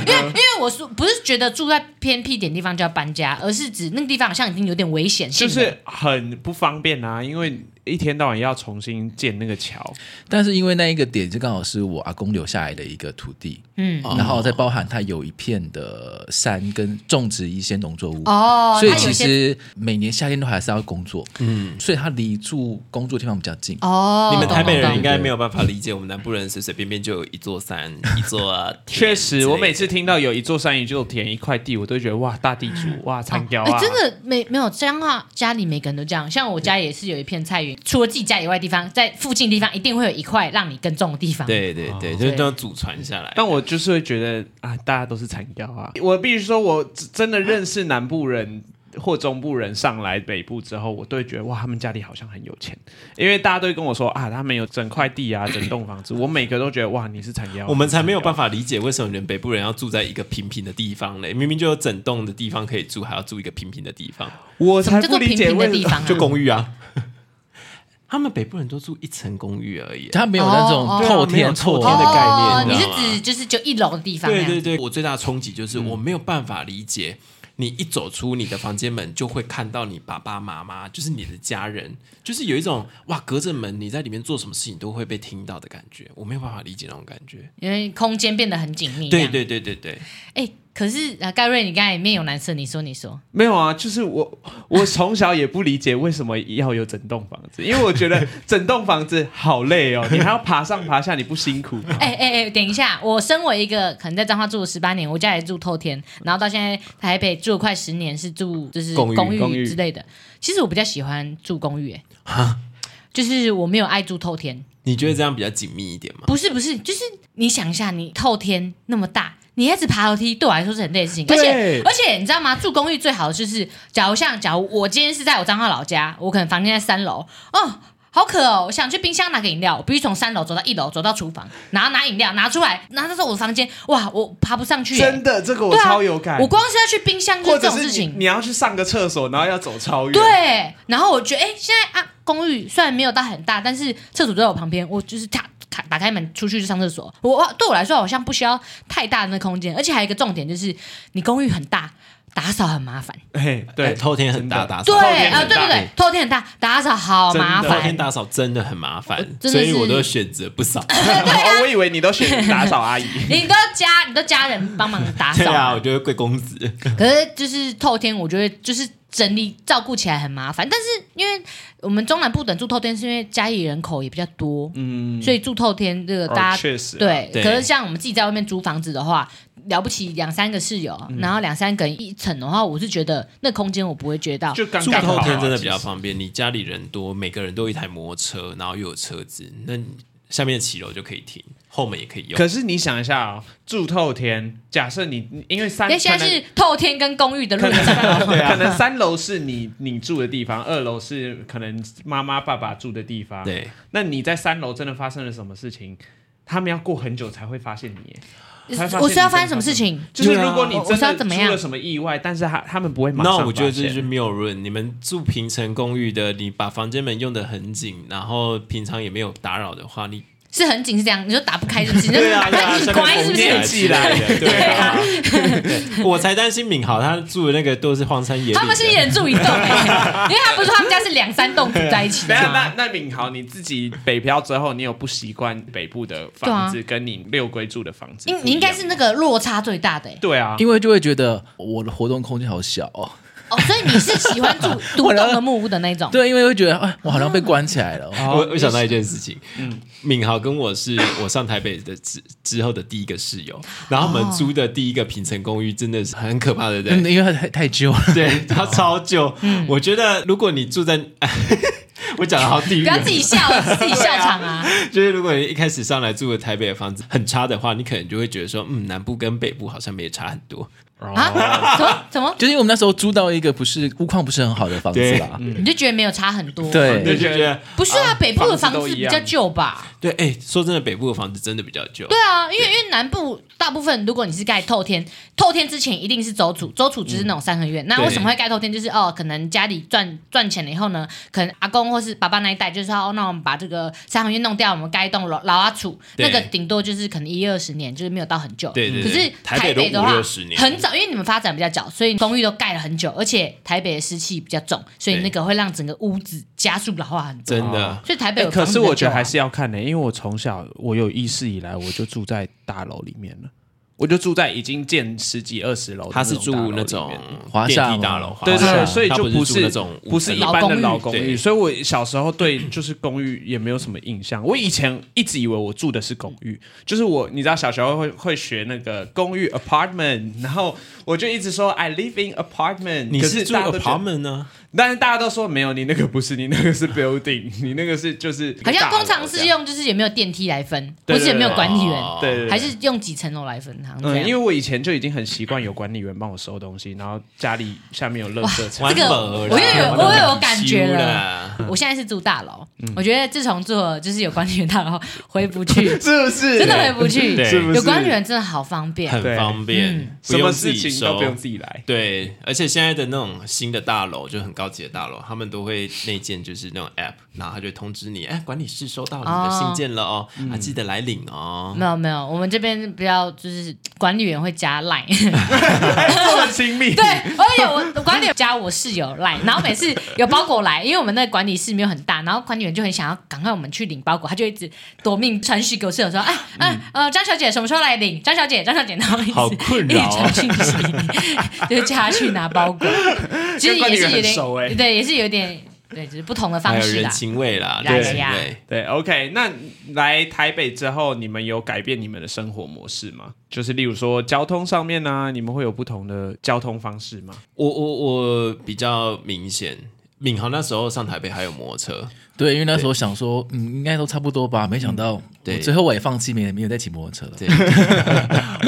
[SPEAKER 3] 因为因为我说不是觉得住在偏僻点地方就要搬家，而是指那个地方好像已经有点危险性
[SPEAKER 4] 就
[SPEAKER 3] 了，
[SPEAKER 4] 是很不方便啊，因为一天到晚要重新建那个桥，
[SPEAKER 1] 但是因为那一个点就刚好是我阿公留下来的一个土地，
[SPEAKER 3] 嗯
[SPEAKER 1] 然后再包含它有一片的山跟种植一些农作物，
[SPEAKER 3] 哦，
[SPEAKER 1] 所以
[SPEAKER 3] 它有
[SPEAKER 1] 其
[SPEAKER 3] 一些
[SPEAKER 1] 实每年夏天都还是要工作，嗯，所以他离住工作地方比较近。
[SPEAKER 3] 哦，
[SPEAKER 5] 你们台北
[SPEAKER 3] 懂
[SPEAKER 5] 人
[SPEAKER 3] 懂
[SPEAKER 5] 应该没有办法理解，我们南部人随随便便就有一座山、一座啊田
[SPEAKER 4] 确实，
[SPEAKER 5] 之类
[SPEAKER 4] 我
[SPEAKER 5] 的
[SPEAKER 4] 每次听到有一座山、一座田、一块地，我都觉得哇，大地主哇，苍雕
[SPEAKER 3] 哦哎
[SPEAKER 4] 啊，
[SPEAKER 3] 真的没没有这样的话，家里每个人都这样。像我家也是有一片菜园，除了自己家以外的地方，在附近的地方一定会有一块让你耕种的地方。，
[SPEAKER 5] 对对对，就是这样祖传下来。
[SPEAKER 4] 但我就是会觉得啊，大家都是残雕啊。我必须说，我真的认识南部人或中部人上来北部之后，我都会觉得哇，他们家里好像很有钱，因为大家都会跟我说啊，他们有整块地啊，整栋房子。我每个都觉得哇，你是残雕啊、
[SPEAKER 5] 我们才没有办
[SPEAKER 4] 法。
[SPEAKER 5] 法理解为什么你们北部人要住在一个平平的地方嘞，明明就有整栋的地方可以住，还要住一个平平的地方，
[SPEAKER 4] 我
[SPEAKER 3] 什么
[SPEAKER 4] 才
[SPEAKER 3] 叫
[SPEAKER 4] 不
[SPEAKER 3] 做
[SPEAKER 4] 理
[SPEAKER 3] 平
[SPEAKER 4] 解
[SPEAKER 3] 平
[SPEAKER 4] 为
[SPEAKER 3] 的地
[SPEAKER 4] 什么
[SPEAKER 3] 方啊？
[SPEAKER 5] 就公寓啊。 他们北部人都住一层公寓而已。
[SPEAKER 1] 他没有那种
[SPEAKER 3] 哦
[SPEAKER 1] 透
[SPEAKER 3] 哦
[SPEAKER 5] 对啊没有
[SPEAKER 1] 天错
[SPEAKER 5] 透天的概念
[SPEAKER 3] 哦，
[SPEAKER 5] 你
[SPEAKER 3] 你
[SPEAKER 5] 知
[SPEAKER 3] 是
[SPEAKER 5] 道吗
[SPEAKER 3] 指就是就一楼的地方那
[SPEAKER 5] 对
[SPEAKER 3] 样？
[SPEAKER 5] 对对，我最大的冲击就是我没有办法理解，你一走出你的房间门就会看到你爸爸妈妈，就是你的家人，就是有一种哇，隔着门你在里面做什么事情都会被听到的感觉，我没有办法理解那种感觉。
[SPEAKER 3] 因为空间变得很紧密。
[SPEAKER 5] 对。对对对对，
[SPEAKER 3] 哎，可是啊，盖瑞，你刚才里面有男生，你说你说，
[SPEAKER 4] 没有啊，就是我，我从小也不理解为什么要有整栋房子，因为我觉得整栋房子好累哦，你还要爬上爬下，你不辛苦吗？
[SPEAKER 3] 哎哎哎，等一下，我身为一个可能在彰化住了十八年，我家也住透天，然后到现在台北住了快十年，是住就是
[SPEAKER 5] 公寓
[SPEAKER 4] 公寓
[SPEAKER 3] 之类的。其实我比较喜欢住公寓、哎，就是我没有爱住透天。
[SPEAKER 5] 你觉得这样比较紧密一点吗？
[SPEAKER 3] 不是不是，就是你想一下，你透天那么大，你一直爬楼梯，对我来说是很累的事情。而且
[SPEAKER 4] 对
[SPEAKER 3] 而且你知道吗？住公寓最好的就是，假如像假如我今天是在我彰化老家，我可能房间在三楼，哦。好渴哦！我想去冰箱拿个饮料，我必须从三楼走到一楼，走到厨房，然后拿饮料拿出来，拿到我的房间。哇，我爬不上去耶，
[SPEAKER 4] 真的，这个我
[SPEAKER 3] 对啊
[SPEAKER 4] 超有感。
[SPEAKER 3] 我光是要去冰箱就
[SPEAKER 4] 或
[SPEAKER 3] 是这
[SPEAKER 4] 者
[SPEAKER 3] 种事
[SPEAKER 4] 是你
[SPEAKER 3] 情，
[SPEAKER 4] 你要去上个厕所，然后要走超远。，
[SPEAKER 3] 对，啊然后我觉得，哎、现在啊，公寓虽然没有到很大，但是厕所都在我旁边，我就是打打打开门出去就上厕所。我对我来说好像不需要太大的那空间，而且还有一个重点就是，你公寓很大，打扫很麻烦。
[SPEAKER 4] 嘿，对，
[SPEAKER 5] 偷天很大打扫，
[SPEAKER 3] 对，
[SPEAKER 4] 天
[SPEAKER 3] 啊，
[SPEAKER 4] 很
[SPEAKER 3] 对
[SPEAKER 4] 大
[SPEAKER 3] 对对，透天很大，打扫好麻
[SPEAKER 4] 真的
[SPEAKER 5] 偷天
[SPEAKER 3] 烦。
[SPEAKER 5] 打扫真的很麻烦，
[SPEAKER 3] 真的是
[SPEAKER 5] 所以我都选择不扫。
[SPEAKER 4] 哦，我以
[SPEAKER 3] 哎
[SPEAKER 4] 为你都选打扫阿姨，
[SPEAKER 3] 你都家，你都家人帮忙打
[SPEAKER 5] 对
[SPEAKER 3] 扫
[SPEAKER 5] 啊，
[SPEAKER 3] 嘛，
[SPEAKER 5] 我觉得贵公子，
[SPEAKER 3] 可是就是透天，我觉得就是整理照顾起来很麻烦。但是因为我们中南部等住透天，是因为家里人口也比较多，
[SPEAKER 4] 嗯，
[SPEAKER 3] 所以住透天这个
[SPEAKER 4] 哦
[SPEAKER 3] 大家、
[SPEAKER 4] 确实啊
[SPEAKER 3] 对。
[SPEAKER 5] 对
[SPEAKER 3] 可是像我们自己在外面租房子的话，了不起两三个室友，
[SPEAKER 4] 嗯
[SPEAKER 3] 然后两三个人一层的话，我是觉得那空间我不会觉得到
[SPEAKER 4] 就刚
[SPEAKER 5] 住
[SPEAKER 4] 刚好
[SPEAKER 5] 透
[SPEAKER 4] 啊
[SPEAKER 5] 天真的比较
[SPEAKER 4] 其实
[SPEAKER 5] 方便。你家里人多，每个人都有一台摩托车，然后又有车子，那你下面的骑楼就可以停，后门也可以用。
[SPEAKER 4] 可是你想一下哦，住透天，假设你你因为三，
[SPEAKER 3] 因为现在
[SPEAKER 4] 可能
[SPEAKER 3] 是透天跟公寓的
[SPEAKER 4] 可
[SPEAKER 3] 论
[SPEAKER 4] 能
[SPEAKER 3] 战，
[SPEAKER 4] 三 可能三楼是你你住的地方，二楼是可能妈妈爸爸住的地方。，
[SPEAKER 5] 对，
[SPEAKER 4] 那你在三楼真的发生了什么事情？他们要过很久才会发现你耶。才现
[SPEAKER 3] 我是要
[SPEAKER 4] 你
[SPEAKER 3] 发生
[SPEAKER 4] 真的
[SPEAKER 3] 什么事？情？
[SPEAKER 4] 就是如果你
[SPEAKER 3] 对啊我
[SPEAKER 4] 真
[SPEAKER 3] 我是要
[SPEAKER 4] 的
[SPEAKER 3] 怎么
[SPEAKER 4] 出
[SPEAKER 3] 样
[SPEAKER 4] 了什么意外，但是他他们不会马上发
[SPEAKER 5] 那
[SPEAKER 4] 现。
[SPEAKER 5] 我觉得这就是谬论。你们住平层公寓的，你把房间门用的很紧，然后平常也没有打扰的话，你
[SPEAKER 3] 是很紧，是这样，你就打不开，是不是？你就
[SPEAKER 4] 啊
[SPEAKER 3] 打开
[SPEAKER 5] 下
[SPEAKER 3] 你
[SPEAKER 5] 面
[SPEAKER 3] 乖，啊是不是
[SPEAKER 5] 红点？起来的，对啊
[SPEAKER 3] 啊，
[SPEAKER 5] 对我才担心敏豪他住的那个都是荒山野岭的，
[SPEAKER 3] 他们是一人住一栋、欸，因为他不是说他们家是两三栋住在一起
[SPEAKER 4] 等一
[SPEAKER 3] 的
[SPEAKER 4] 下，
[SPEAKER 3] 吗？
[SPEAKER 4] 那那敏豪，你自己北漂之后，你有不习惯北部的房子，跟你六龟住的房子不一
[SPEAKER 3] 啊应
[SPEAKER 4] 样？
[SPEAKER 3] 你应该是那个落差最大的、欸、
[SPEAKER 4] 对啊，
[SPEAKER 1] 因为就会觉得我的活动空间好小哦。
[SPEAKER 3] 哦，所以你是喜欢住独栋的木屋的 那种，
[SPEAKER 1] 对，因为会觉得哎，我好像被关起来了。
[SPEAKER 5] 我
[SPEAKER 4] 哦
[SPEAKER 5] 我想到一件事情，
[SPEAKER 4] 嗯
[SPEAKER 5] 敏豪跟我是我上台北的之之后的第一个室友，然后我
[SPEAKER 4] 哦
[SPEAKER 5] 们租的第一个平层公寓真的是很可怕的，对不
[SPEAKER 1] 嗯，
[SPEAKER 5] 对？
[SPEAKER 1] 因为太太旧了，
[SPEAKER 5] 对，它超旧。我觉得如果你住在， 我讲的好地狱
[SPEAKER 3] 不
[SPEAKER 5] 哦，
[SPEAKER 3] 要自己笑，自己笑 场啊！
[SPEAKER 5] 就是如果你一开始上来住的台北的房子很差的话，你可能就会觉得说，嗯，南部跟北部好像没差很多。
[SPEAKER 4] 哦
[SPEAKER 3] 啊，怎么怎么？
[SPEAKER 1] 就是因为我们那时候租到一个不是屋况不是很好的房子啦。
[SPEAKER 3] 你就觉得没有差很多？，
[SPEAKER 5] 对，
[SPEAKER 1] 对，
[SPEAKER 5] 就觉得
[SPEAKER 3] 不是啊，北部的
[SPEAKER 4] 房
[SPEAKER 3] 房
[SPEAKER 4] 子都
[SPEAKER 3] 子
[SPEAKER 4] 一
[SPEAKER 3] 比
[SPEAKER 4] 样
[SPEAKER 3] 较旧吧？
[SPEAKER 5] 对，哎、说真的，北部的房子真的比较旧。
[SPEAKER 3] 对啊，因为因为南部大部分，如果你是盖透天，透天之前一定是周楚，周楚就是那种三合院。那为什么会盖透天？就是哦，可能家里赚赚钱了以后呢，可能阿公或是爸爸那一代就是说哦，那我们把这个三合院弄掉，我们盖一栋老老阿楚，
[SPEAKER 5] 对
[SPEAKER 3] 那个顶多就是可能一二十年，就是没有到很久。
[SPEAKER 5] 对对
[SPEAKER 3] 可
[SPEAKER 5] 对
[SPEAKER 3] 是
[SPEAKER 5] 台
[SPEAKER 3] 台
[SPEAKER 5] 北都
[SPEAKER 3] 北的话
[SPEAKER 5] 50年，
[SPEAKER 3] 很早，因为你们发展比较早，所以公寓都盖了很久，而且台北的湿气比较重，所以
[SPEAKER 5] 对
[SPEAKER 3] 那个会让整个屋子加速老化很多。
[SPEAKER 5] 真的，
[SPEAKER 3] 所以台北
[SPEAKER 4] 哎
[SPEAKER 3] 有
[SPEAKER 4] 可
[SPEAKER 3] 房子
[SPEAKER 4] 是
[SPEAKER 3] 比较
[SPEAKER 4] 我觉得
[SPEAKER 3] 旧啊
[SPEAKER 4] 还是要看呢、因为我从小我有意识以来，我就住在大楼里面了，我就住在已经建十几二十楼的
[SPEAKER 5] 他
[SPEAKER 4] 那
[SPEAKER 5] 是
[SPEAKER 4] 种大楼里面，
[SPEAKER 5] 住那种
[SPEAKER 1] 华夏
[SPEAKER 5] 电
[SPEAKER 1] 吗
[SPEAKER 5] 梯大楼，华
[SPEAKER 4] 对对
[SPEAKER 5] 夏
[SPEAKER 4] 对，所以
[SPEAKER 5] 他
[SPEAKER 4] 就
[SPEAKER 5] 不
[SPEAKER 4] 是
[SPEAKER 5] 住那种
[SPEAKER 4] 不是一
[SPEAKER 5] 五层楼
[SPEAKER 4] 般的
[SPEAKER 3] 老
[SPEAKER 4] 老
[SPEAKER 3] 公
[SPEAKER 4] 公
[SPEAKER 5] 寓
[SPEAKER 4] 寓，
[SPEAKER 5] 对
[SPEAKER 4] 所以我小时候对 就是公寓也没有什么印象。我以前一直以为我住的是公寓，就是我你知道小时候会会学那个公寓 apartment，然后我就一直说 I live in apartment，
[SPEAKER 5] 你
[SPEAKER 4] 可
[SPEAKER 5] 是
[SPEAKER 4] 是
[SPEAKER 5] 住
[SPEAKER 4] 大家都觉得
[SPEAKER 5] apartment 呢？
[SPEAKER 4] 但是大家都说没有，你那个不是，你那个是 building，你那个是就是
[SPEAKER 3] 好像工厂
[SPEAKER 4] 是
[SPEAKER 3] 是用就是有没有电梯来分，
[SPEAKER 4] 对
[SPEAKER 3] 或
[SPEAKER 4] 对
[SPEAKER 3] 是有没有管理员
[SPEAKER 5] 哦，
[SPEAKER 4] 对对对
[SPEAKER 3] 还是用几层楼来分，好像这
[SPEAKER 4] 嗯，因为
[SPEAKER 3] 样。
[SPEAKER 4] 我以前就已经很习惯有管理员帮我收东西，然后家里下面有垃圾车，
[SPEAKER 3] 哇这个
[SPEAKER 5] 完
[SPEAKER 3] 我
[SPEAKER 5] 美
[SPEAKER 3] 又有
[SPEAKER 5] 啦
[SPEAKER 3] 我又有感觉了。
[SPEAKER 5] 完美啦
[SPEAKER 3] 我现在是住大楼，我觉得自从住了就是有管理员大楼回不去
[SPEAKER 4] 是不是？
[SPEAKER 3] 真的回不去
[SPEAKER 5] 对是不。
[SPEAKER 4] 是
[SPEAKER 3] 有管理员真的好方便，
[SPEAKER 5] 很方便，
[SPEAKER 4] 什
[SPEAKER 5] 不用
[SPEAKER 4] 么
[SPEAKER 5] 自
[SPEAKER 4] 事
[SPEAKER 5] 己
[SPEAKER 4] 情
[SPEAKER 5] 收
[SPEAKER 4] 都不。用自己 来。
[SPEAKER 5] 对，而且现在的那种新的大楼，就很高级的大楼，他们都会内建就是那种 app，然后他就通知你，哎，管理室收到你的
[SPEAKER 3] 哦
[SPEAKER 5] 信件了哦，啊，记得来领哦。
[SPEAKER 3] 没有没有，我们这边比较就是管理员会加 line，
[SPEAKER 4] 这么亲密，
[SPEAKER 3] 对，而且我管理员加我室友来，然后每次有包裹来，因为我们那个管理室没有很大，然后管理员就很想要赶快我们去领包裹，他就一直夺命传讯给我室友说，哎，哎，呃，张小姐什么时候来领？张小姐，张小姐，然后一直
[SPEAKER 5] 嗯好困
[SPEAKER 3] 一
[SPEAKER 5] 扰
[SPEAKER 3] 直
[SPEAKER 5] 哦
[SPEAKER 3] 传讯息， 就是叫他去拿包裹，其实
[SPEAKER 4] 跟管
[SPEAKER 3] 也
[SPEAKER 4] 理员很
[SPEAKER 3] 是有 点，
[SPEAKER 4] 熟欸
[SPEAKER 3] 对，也是有点，对，就是不同的
[SPEAKER 5] 还
[SPEAKER 3] 方
[SPEAKER 5] 有
[SPEAKER 3] 式啊
[SPEAKER 5] 人
[SPEAKER 3] 啦。
[SPEAKER 5] 情味啦，
[SPEAKER 3] 对
[SPEAKER 5] 人情
[SPEAKER 3] 呀
[SPEAKER 5] 味。
[SPEAKER 4] 对，OK。那来台北之后，你们有改变你们的生活模式吗？就是例如说交通上面呢、啊你们会有不同的交通方式吗？
[SPEAKER 5] 我我我比较明显，敏豪那时候上台北还有摩托车，
[SPEAKER 1] 对，因为那时候想说，嗯，应该都差不多吧，没
[SPEAKER 3] 嗯
[SPEAKER 1] 想到
[SPEAKER 5] 对
[SPEAKER 1] 我最后我也放弃，没没有再骑摩托车了。
[SPEAKER 5] 对，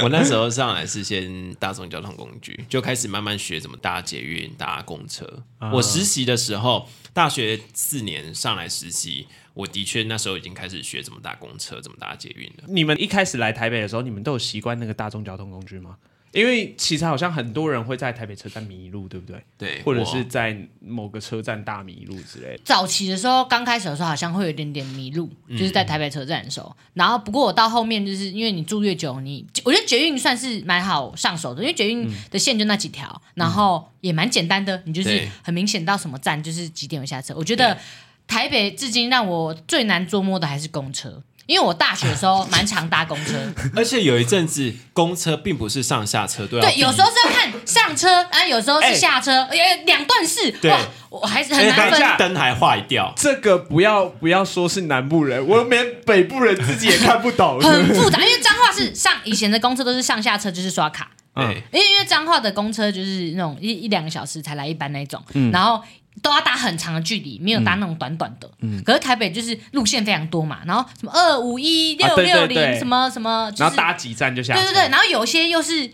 [SPEAKER 5] 我那时候上来是先大众交通工具，就开始慢慢学怎么搭捷运、搭公车。
[SPEAKER 3] 啊
[SPEAKER 5] 我实习的时候，大学四年上来实习，我的确那时候已经开始学怎么搭公车、怎么搭捷运了。
[SPEAKER 4] 你们一开始来台北的时候，你们都有习惯那个大众交通工具吗？因为其实好像很多人会在台北车站迷路，对不对？
[SPEAKER 5] 对，
[SPEAKER 4] 或者
[SPEAKER 5] 我
[SPEAKER 4] 是 在某个车站大迷路之类的。
[SPEAKER 3] 早期的时候，刚开始的时候好像会有一点点迷路，
[SPEAKER 5] 嗯
[SPEAKER 3] 就是在台北车站的时候。然后，不过我到后面就是因为你住越久，你我觉得捷运算是蛮好上手的，因为捷
[SPEAKER 5] 嗯
[SPEAKER 3] 运的线就那几条，然后也蛮简单的，你就是
[SPEAKER 5] 对
[SPEAKER 3] 很明显到什么站就是几点会下车。我觉得台北至今让我最难捉摸的还是公车，因为我大学的时候蛮常搭公车，
[SPEAKER 5] 而且有一阵子公车并 不是上下车都要
[SPEAKER 3] 对，
[SPEAKER 5] 比
[SPEAKER 3] 有时候是要看上车，啊，有时候是下车，哎，两段式，
[SPEAKER 5] 对哎
[SPEAKER 3] 哇，我还是很
[SPEAKER 5] 而且
[SPEAKER 3] 难分。
[SPEAKER 5] 灯还坏掉，
[SPEAKER 4] 这个不要不要说是南部人，我连北部人自己也看不懂。
[SPEAKER 3] 很复杂，因为彰化是上以前的公车都是上下车就是刷卡，
[SPEAKER 5] 对，
[SPEAKER 3] 因为因为彰化的公车就是那种一一两个小时才来一班那种，
[SPEAKER 4] 嗯
[SPEAKER 3] 然后。都要搭很长的距离，没有搭那种短短的。
[SPEAKER 4] 嗯
[SPEAKER 3] 可是台北就是路线非常多嘛，然后什么二五一
[SPEAKER 4] 啊
[SPEAKER 3] 六
[SPEAKER 4] 对
[SPEAKER 3] 六
[SPEAKER 4] 对
[SPEAKER 3] 零
[SPEAKER 4] 对
[SPEAKER 3] 什么什么，就
[SPEAKER 4] 然
[SPEAKER 3] 是
[SPEAKER 4] 后搭几站就下车。
[SPEAKER 3] 对对对，然后有些又是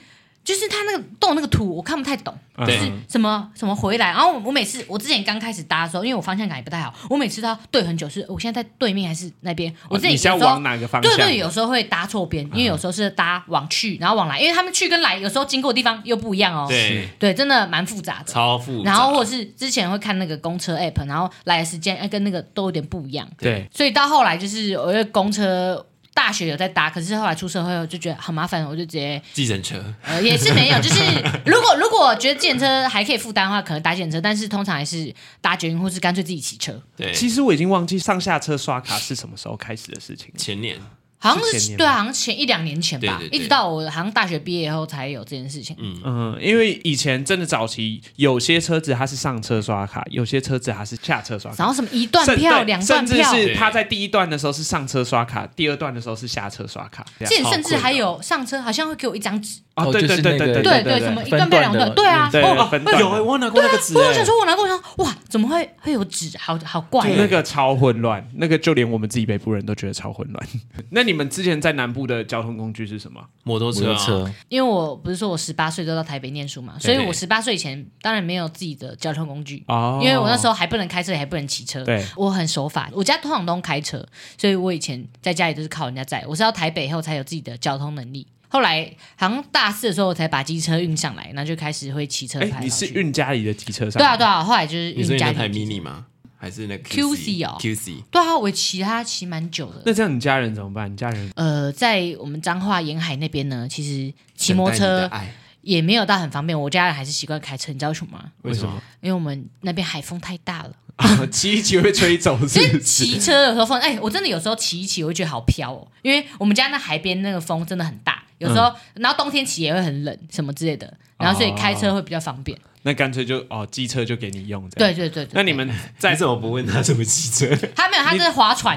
[SPEAKER 3] 就是他那个动那个图我看不太懂，
[SPEAKER 4] 嗯
[SPEAKER 5] 对
[SPEAKER 3] 就是什么什么回来，然后我我每次我之前刚开始搭的时候，因为我方向感也不太好，我每次都要对很久，是我现在在对面还是那边？我自己
[SPEAKER 4] 哦你是要
[SPEAKER 3] 有时候
[SPEAKER 4] 往哪个方
[SPEAKER 3] 对
[SPEAKER 4] 向？
[SPEAKER 3] 对，有时候会搭错
[SPEAKER 5] 嗯
[SPEAKER 3] 边，因为有时候是搭往去，然后往来，因为他们去跟来有时候经过的地方又不一样哦。
[SPEAKER 5] 对，
[SPEAKER 3] 对，真的蛮复杂的。
[SPEAKER 5] 超复杂。
[SPEAKER 3] 然后或者是之前会看那个公车 app，然后来的时间哎跟那个都有点不一样，
[SPEAKER 4] 对，
[SPEAKER 3] 所以到后来就是我觉得公车。大学有在搭，可是后来出社会后就觉得很麻烦，我就直接
[SPEAKER 5] 计程车，
[SPEAKER 3] 呃也是 没有，就是如果如果觉得电车还可以负担的话，可能搭电车，但是通常还是搭捷运或是干脆自己骑车，
[SPEAKER 5] 对，
[SPEAKER 4] 其实我已经忘记上下车刷卡是什么时候开始的事情了。
[SPEAKER 5] 前年
[SPEAKER 3] 好像
[SPEAKER 4] 是前
[SPEAKER 3] 是
[SPEAKER 4] 年
[SPEAKER 3] 对啊，
[SPEAKER 4] 吗
[SPEAKER 3] 好像前一两年前吧，
[SPEAKER 5] 对对对
[SPEAKER 3] 一直到我好像大学毕业后才有这件事情。
[SPEAKER 4] 嗯，因为以前真的早期有些车子它是上车刷卡，有些车子它是下车刷卡。
[SPEAKER 3] 然后什么一段
[SPEAKER 4] 甚
[SPEAKER 3] 票、
[SPEAKER 4] 对
[SPEAKER 3] 两
[SPEAKER 4] 甚
[SPEAKER 3] 段
[SPEAKER 4] 至
[SPEAKER 3] 票，
[SPEAKER 4] 是他在第一段的时候是上车刷卡，第二段的时候是下车刷卡，这
[SPEAKER 3] 之前
[SPEAKER 4] 样
[SPEAKER 3] 甚至还有上车，好像会给我一张纸，
[SPEAKER 4] 啊，
[SPEAKER 1] 哦
[SPEAKER 4] 对
[SPEAKER 1] 就
[SPEAKER 4] 对
[SPEAKER 1] 是
[SPEAKER 4] 对
[SPEAKER 1] 那个
[SPEAKER 4] 对
[SPEAKER 3] 对
[SPEAKER 4] 对
[SPEAKER 3] 什么一
[SPEAKER 1] 分
[SPEAKER 3] 段票、两
[SPEAKER 1] 段的
[SPEAKER 3] 段，对啊，
[SPEAKER 4] 嗯对
[SPEAKER 3] 哦，
[SPEAKER 4] 分段
[SPEAKER 5] 有哎，
[SPEAKER 4] 的
[SPEAKER 5] 我有拿过那个纸
[SPEAKER 3] 啊我有
[SPEAKER 5] 哎
[SPEAKER 3] 想说，我拿过，我想说哇，怎么会会有纸？好好怪
[SPEAKER 4] 那
[SPEAKER 3] 哦。
[SPEAKER 4] 个超混乱，那个就连我们自己北部人都觉得超混乱。 那你们之前在南部的交通工具是什么？
[SPEAKER 5] 摩托车
[SPEAKER 1] 摩托
[SPEAKER 5] 啊，
[SPEAKER 1] 车，
[SPEAKER 3] 因为我不是说我十八岁都到台北念书嘛，所以我十八岁以前当然没有自己的交通工具，
[SPEAKER 4] 哦
[SPEAKER 3] 因为我那时候还不能开车，也还不能骑车。
[SPEAKER 4] 对
[SPEAKER 3] 我很守法，我家通常都开车，所以我以前在家里都是靠人家载。我是到台北以后才有自己的交通能力。后来好像大四的时候，我才把机车运上来，然后就开始会骑车
[SPEAKER 4] 哎、
[SPEAKER 3] 拍来拍
[SPEAKER 4] 你是
[SPEAKER 3] 去
[SPEAKER 4] 运家里的机车上？
[SPEAKER 3] 对啊对啊，后来就是
[SPEAKER 5] 你说
[SPEAKER 3] 运
[SPEAKER 5] 你
[SPEAKER 3] 家
[SPEAKER 5] 那
[SPEAKER 3] 里
[SPEAKER 5] 台
[SPEAKER 3] 的机车
[SPEAKER 5] mini 吗？还是那个
[SPEAKER 3] QC 哦
[SPEAKER 5] QC
[SPEAKER 3] 对啊，我骑它骑蛮久的。
[SPEAKER 4] 那这样你家人怎么办？你家人
[SPEAKER 3] 呃，在我们彰化沿海那边呢，其实骑摩托
[SPEAKER 5] 等待你的
[SPEAKER 3] 车
[SPEAKER 5] 爱
[SPEAKER 3] 也没有到很方便，我家人还是习惯开车。你知道为什么吗？
[SPEAKER 5] 为什么？
[SPEAKER 3] 因为我们那边海风太大了，
[SPEAKER 4] 啊骑一骑会 吹走是
[SPEAKER 3] 所以
[SPEAKER 4] 不
[SPEAKER 3] 骑
[SPEAKER 4] 是？
[SPEAKER 3] 车有时候风，哎、我真的有时候骑一骑，我会觉得好飘哦，因为我们家那海边那个风真的很大，有时候，
[SPEAKER 4] 嗯
[SPEAKER 3] 然后冬天骑也会很冷，什么之类
[SPEAKER 4] 哦
[SPEAKER 3] 的，然后所以开车会比较方便。
[SPEAKER 4] 那干脆就哦，机车就给你用这
[SPEAKER 3] 对
[SPEAKER 4] 样。
[SPEAKER 3] 对对对
[SPEAKER 4] 那你们
[SPEAKER 5] 你
[SPEAKER 4] 在
[SPEAKER 5] 怎么不问他怎么 骑车？
[SPEAKER 3] 他没有，他是划 船，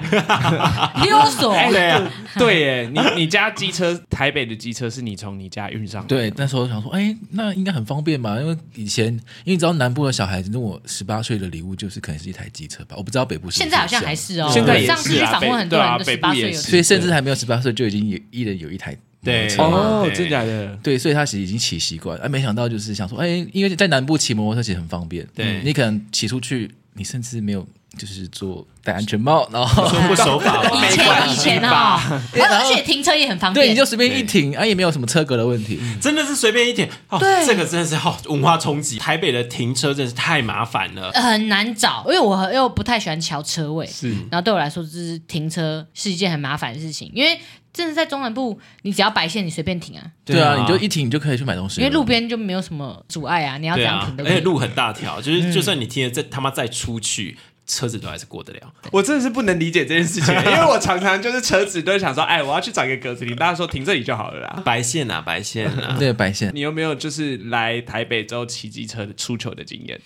[SPEAKER 3] 溜索。
[SPEAKER 4] 对啊，对耶，你你家机车台北的机车是你从你家运上来的
[SPEAKER 1] 对，那时候想说，哎，那应该很方便吧？因为以前，因为你知道南部的小孩子，那我十八岁的礼物就是可能是一台机车吧，我不知道北部是不
[SPEAKER 3] 现在好
[SPEAKER 1] 这
[SPEAKER 3] 像
[SPEAKER 1] 样
[SPEAKER 3] 还是哦，
[SPEAKER 4] 现在
[SPEAKER 3] 我
[SPEAKER 4] 也
[SPEAKER 3] 上次
[SPEAKER 4] 是
[SPEAKER 3] 去
[SPEAKER 4] 啊
[SPEAKER 3] 访问
[SPEAKER 4] 北
[SPEAKER 3] 很多
[SPEAKER 4] 对啊
[SPEAKER 3] 人都十
[SPEAKER 4] 北
[SPEAKER 3] 八
[SPEAKER 4] 部
[SPEAKER 3] 岁
[SPEAKER 4] 也
[SPEAKER 3] 有
[SPEAKER 4] 是
[SPEAKER 1] 所以甚至还没有十八岁就已经有一人有一台
[SPEAKER 5] 对
[SPEAKER 1] 摩托车了
[SPEAKER 4] 哦，
[SPEAKER 5] 对
[SPEAKER 4] 真假的？
[SPEAKER 1] 对，所以他其实已经骑习惯，哎，没想到就是想说，哎，因为在南部骑摩托车其实很方便，
[SPEAKER 5] 对
[SPEAKER 1] 你可能骑出去，你甚至没有就是做戴安全帽，然后
[SPEAKER 5] 说不守法吗？
[SPEAKER 3] 啊以前以前哦，而且停车也很方 便，
[SPEAKER 1] 对，你就随便一停，啊，也没有什么车格的问题，
[SPEAKER 5] 真的是随便一点哦，
[SPEAKER 3] 对
[SPEAKER 5] 这个真的是哦，文化冲击。台北的停车真是太麻烦了，
[SPEAKER 3] 很难找，因为我又不太喜欢瞧车位，是，然后对我来说，就是停车是一件很麻烦的事情，因为真的在中南部，你只要白线，你随便停啊，
[SPEAKER 1] 对啊，
[SPEAKER 4] 对啊
[SPEAKER 1] 你就一停你就可以去买东西
[SPEAKER 3] 因
[SPEAKER 1] 了，
[SPEAKER 3] 为路边就没有什么阻碍啊，你要怎
[SPEAKER 5] 对
[SPEAKER 3] 样
[SPEAKER 5] 啊
[SPEAKER 3] 停，都
[SPEAKER 5] 而
[SPEAKER 3] 可以。
[SPEAKER 5] 且路很大条，
[SPEAKER 3] 嗯
[SPEAKER 5] 就是就算你停了再他妈再出去，车子都还是过得了。
[SPEAKER 4] 我真的是不能理解这件事情，因为我常常就是车子都想说，哎，我要去找一个格子林，大家说停这里就好了啦。
[SPEAKER 5] 白线啊，白线 啊，
[SPEAKER 1] 对白线，
[SPEAKER 4] 你有没有就是来台北之后骑机车的出糗的经验？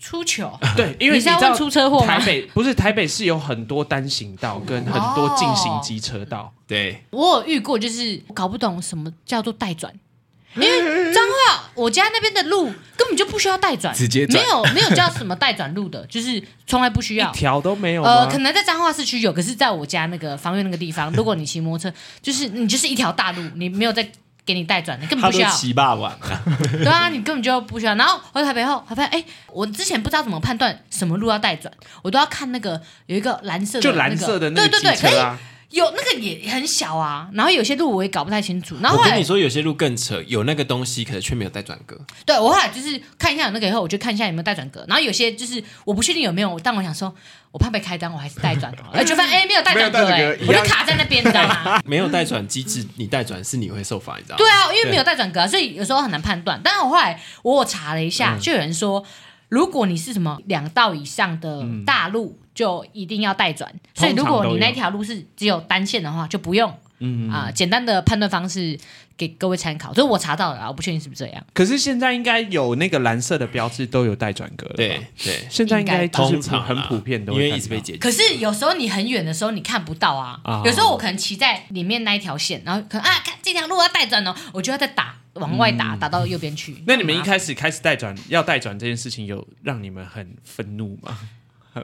[SPEAKER 3] 出糗，
[SPEAKER 4] 对，因为
[SPEAKER 3] 你是要
[SPEAKER 4] 知道
[SPEAKER 3] 问出车祸吗
[SPEAKER 4] 台北不是台北是有很多单行道跟很多
[SPEAKER 3] 哦
[SPEAKER 4] 进行机车道，
[SPEAKER 5] 对，
[SPEAKER 3] 我有遇过，就是我搞不懂什么叫做带转。因为彰化，我家那边的路根本就不需要带转，
[SPEAKER 1] 直接转
[SPEAKER 3] 没有没有叫什么带转路的， 就是从来不需要
[SPEAKER 4] 一。条都没有
[SPEAKER 3] 呃，
[SPEAKER 4] 吗
[SPEAKER 3] 可？能在彰化市区有，可是在我家那个防御那个地方，如果你骑摩托车，就是你就是一条大路，你没有再给你带转，你根本
[SPEAKER 5] 他
[SPEAKER 3] 不
[SPEAKER 5] 都
[SPEAKER 3] 需要。
[SPEAKER 5] 骑霸完了，
[SPEAKER 3] 对啊，你根本就不需要。然后回台北后，还发现哎，我之前不知道怎么判断什么路要带转，我都要看那个有一个蓝色的、
[SPEAKER 4] 就
[SPEAKER 3] 那个，
[SPEAKER 4] 蓝色的那
[SPEAKER 3] 对
[SPEAKER 4] 个
[SPEAKER 3] 对
[SPEAKER 4] 机
[SPEAKER 3] 对，可
[SPEAKER 4] 车
[SPEAKER 3] 以。
[SPEAKER 4] 啊，
[SPEAKER 3] 有那个也很小啊，然后有些路我也搞不太清楚，然后
[SPEAKER 5] 我
[SPEAKER 3] 后
[SPEAKER 5] 跟
[SPEAKER 3] 来
[SPEAKER 5] 你说，有些路更扯，有那个东西，可是却没有带转格。
[SPEAKER 3] 对我后来就是看一下有那个以后，我就看一下有没有带转格，然后有些就是我不确定有没有，但我想说我怕被开单，我还是带转好了，哎就发现哎没有带转格
[SPEAKER 4] 没
[SPEAKER 3] 哎、
[SPEAKER 4] 有带转格一
[SPEAKER 3] 我
[SPEAKER 4] 样
[SPEAKER 3] 就卡在那边，你知道吗？
[SPEAKER 5] 没有带转机制，你带转是你会受罚，你知道吗？
[SPEAKER 3] 对啊，因为没有带转格、啊，所以有时候很难判断。但是我后来我有查了一下，
[SPEAKER 4] 嗯
[SPEAKER 3] 就有人说，如果你是什么两道以上的大路，就一定要带转。
[SPEAKER 4] 嗯
[SPEAKER 3] 所以如
[SPEAKER 4] 通常
[SPEAKER 3] 果
[SPEAKER 4] 都
[SPEAKER 3] 你
[SPEAKER 4] 有
[SPEAKER 3] 那条路是只有单线的话，就不用。嗯啊、简单的判断方式给各位参考，这是我查到的啊，我不确定是不是这样。
[SPEAKER 4] 可是现在应该有那个蓝色的标志都有带转格了吧，
[SPEAKER 5] 对对，
[SPEAKER 4] 现在应该啊就是
[SPEAKER 5] 通常啦啊
[SPEAKER 4] 很普遍的，
[SPEAKER 5] 因为一直被。解。
[SPEAKER 3] 可是有时候你很远的时候你看不到啊，
[SPEAKER 4] 嗯啊
[SPEAKER 3] 有时候我可能骑在里面那一条线，然后可能啊，看这条路要带转哦，我就要再打往外打，打到右边去。
[SPEAKER 4] 嗯那你们一
[SPEAKER 3] 麻烦
[SPEAKER 4] 开始开始带转要带转这件事情，有让你们很愤怒吗？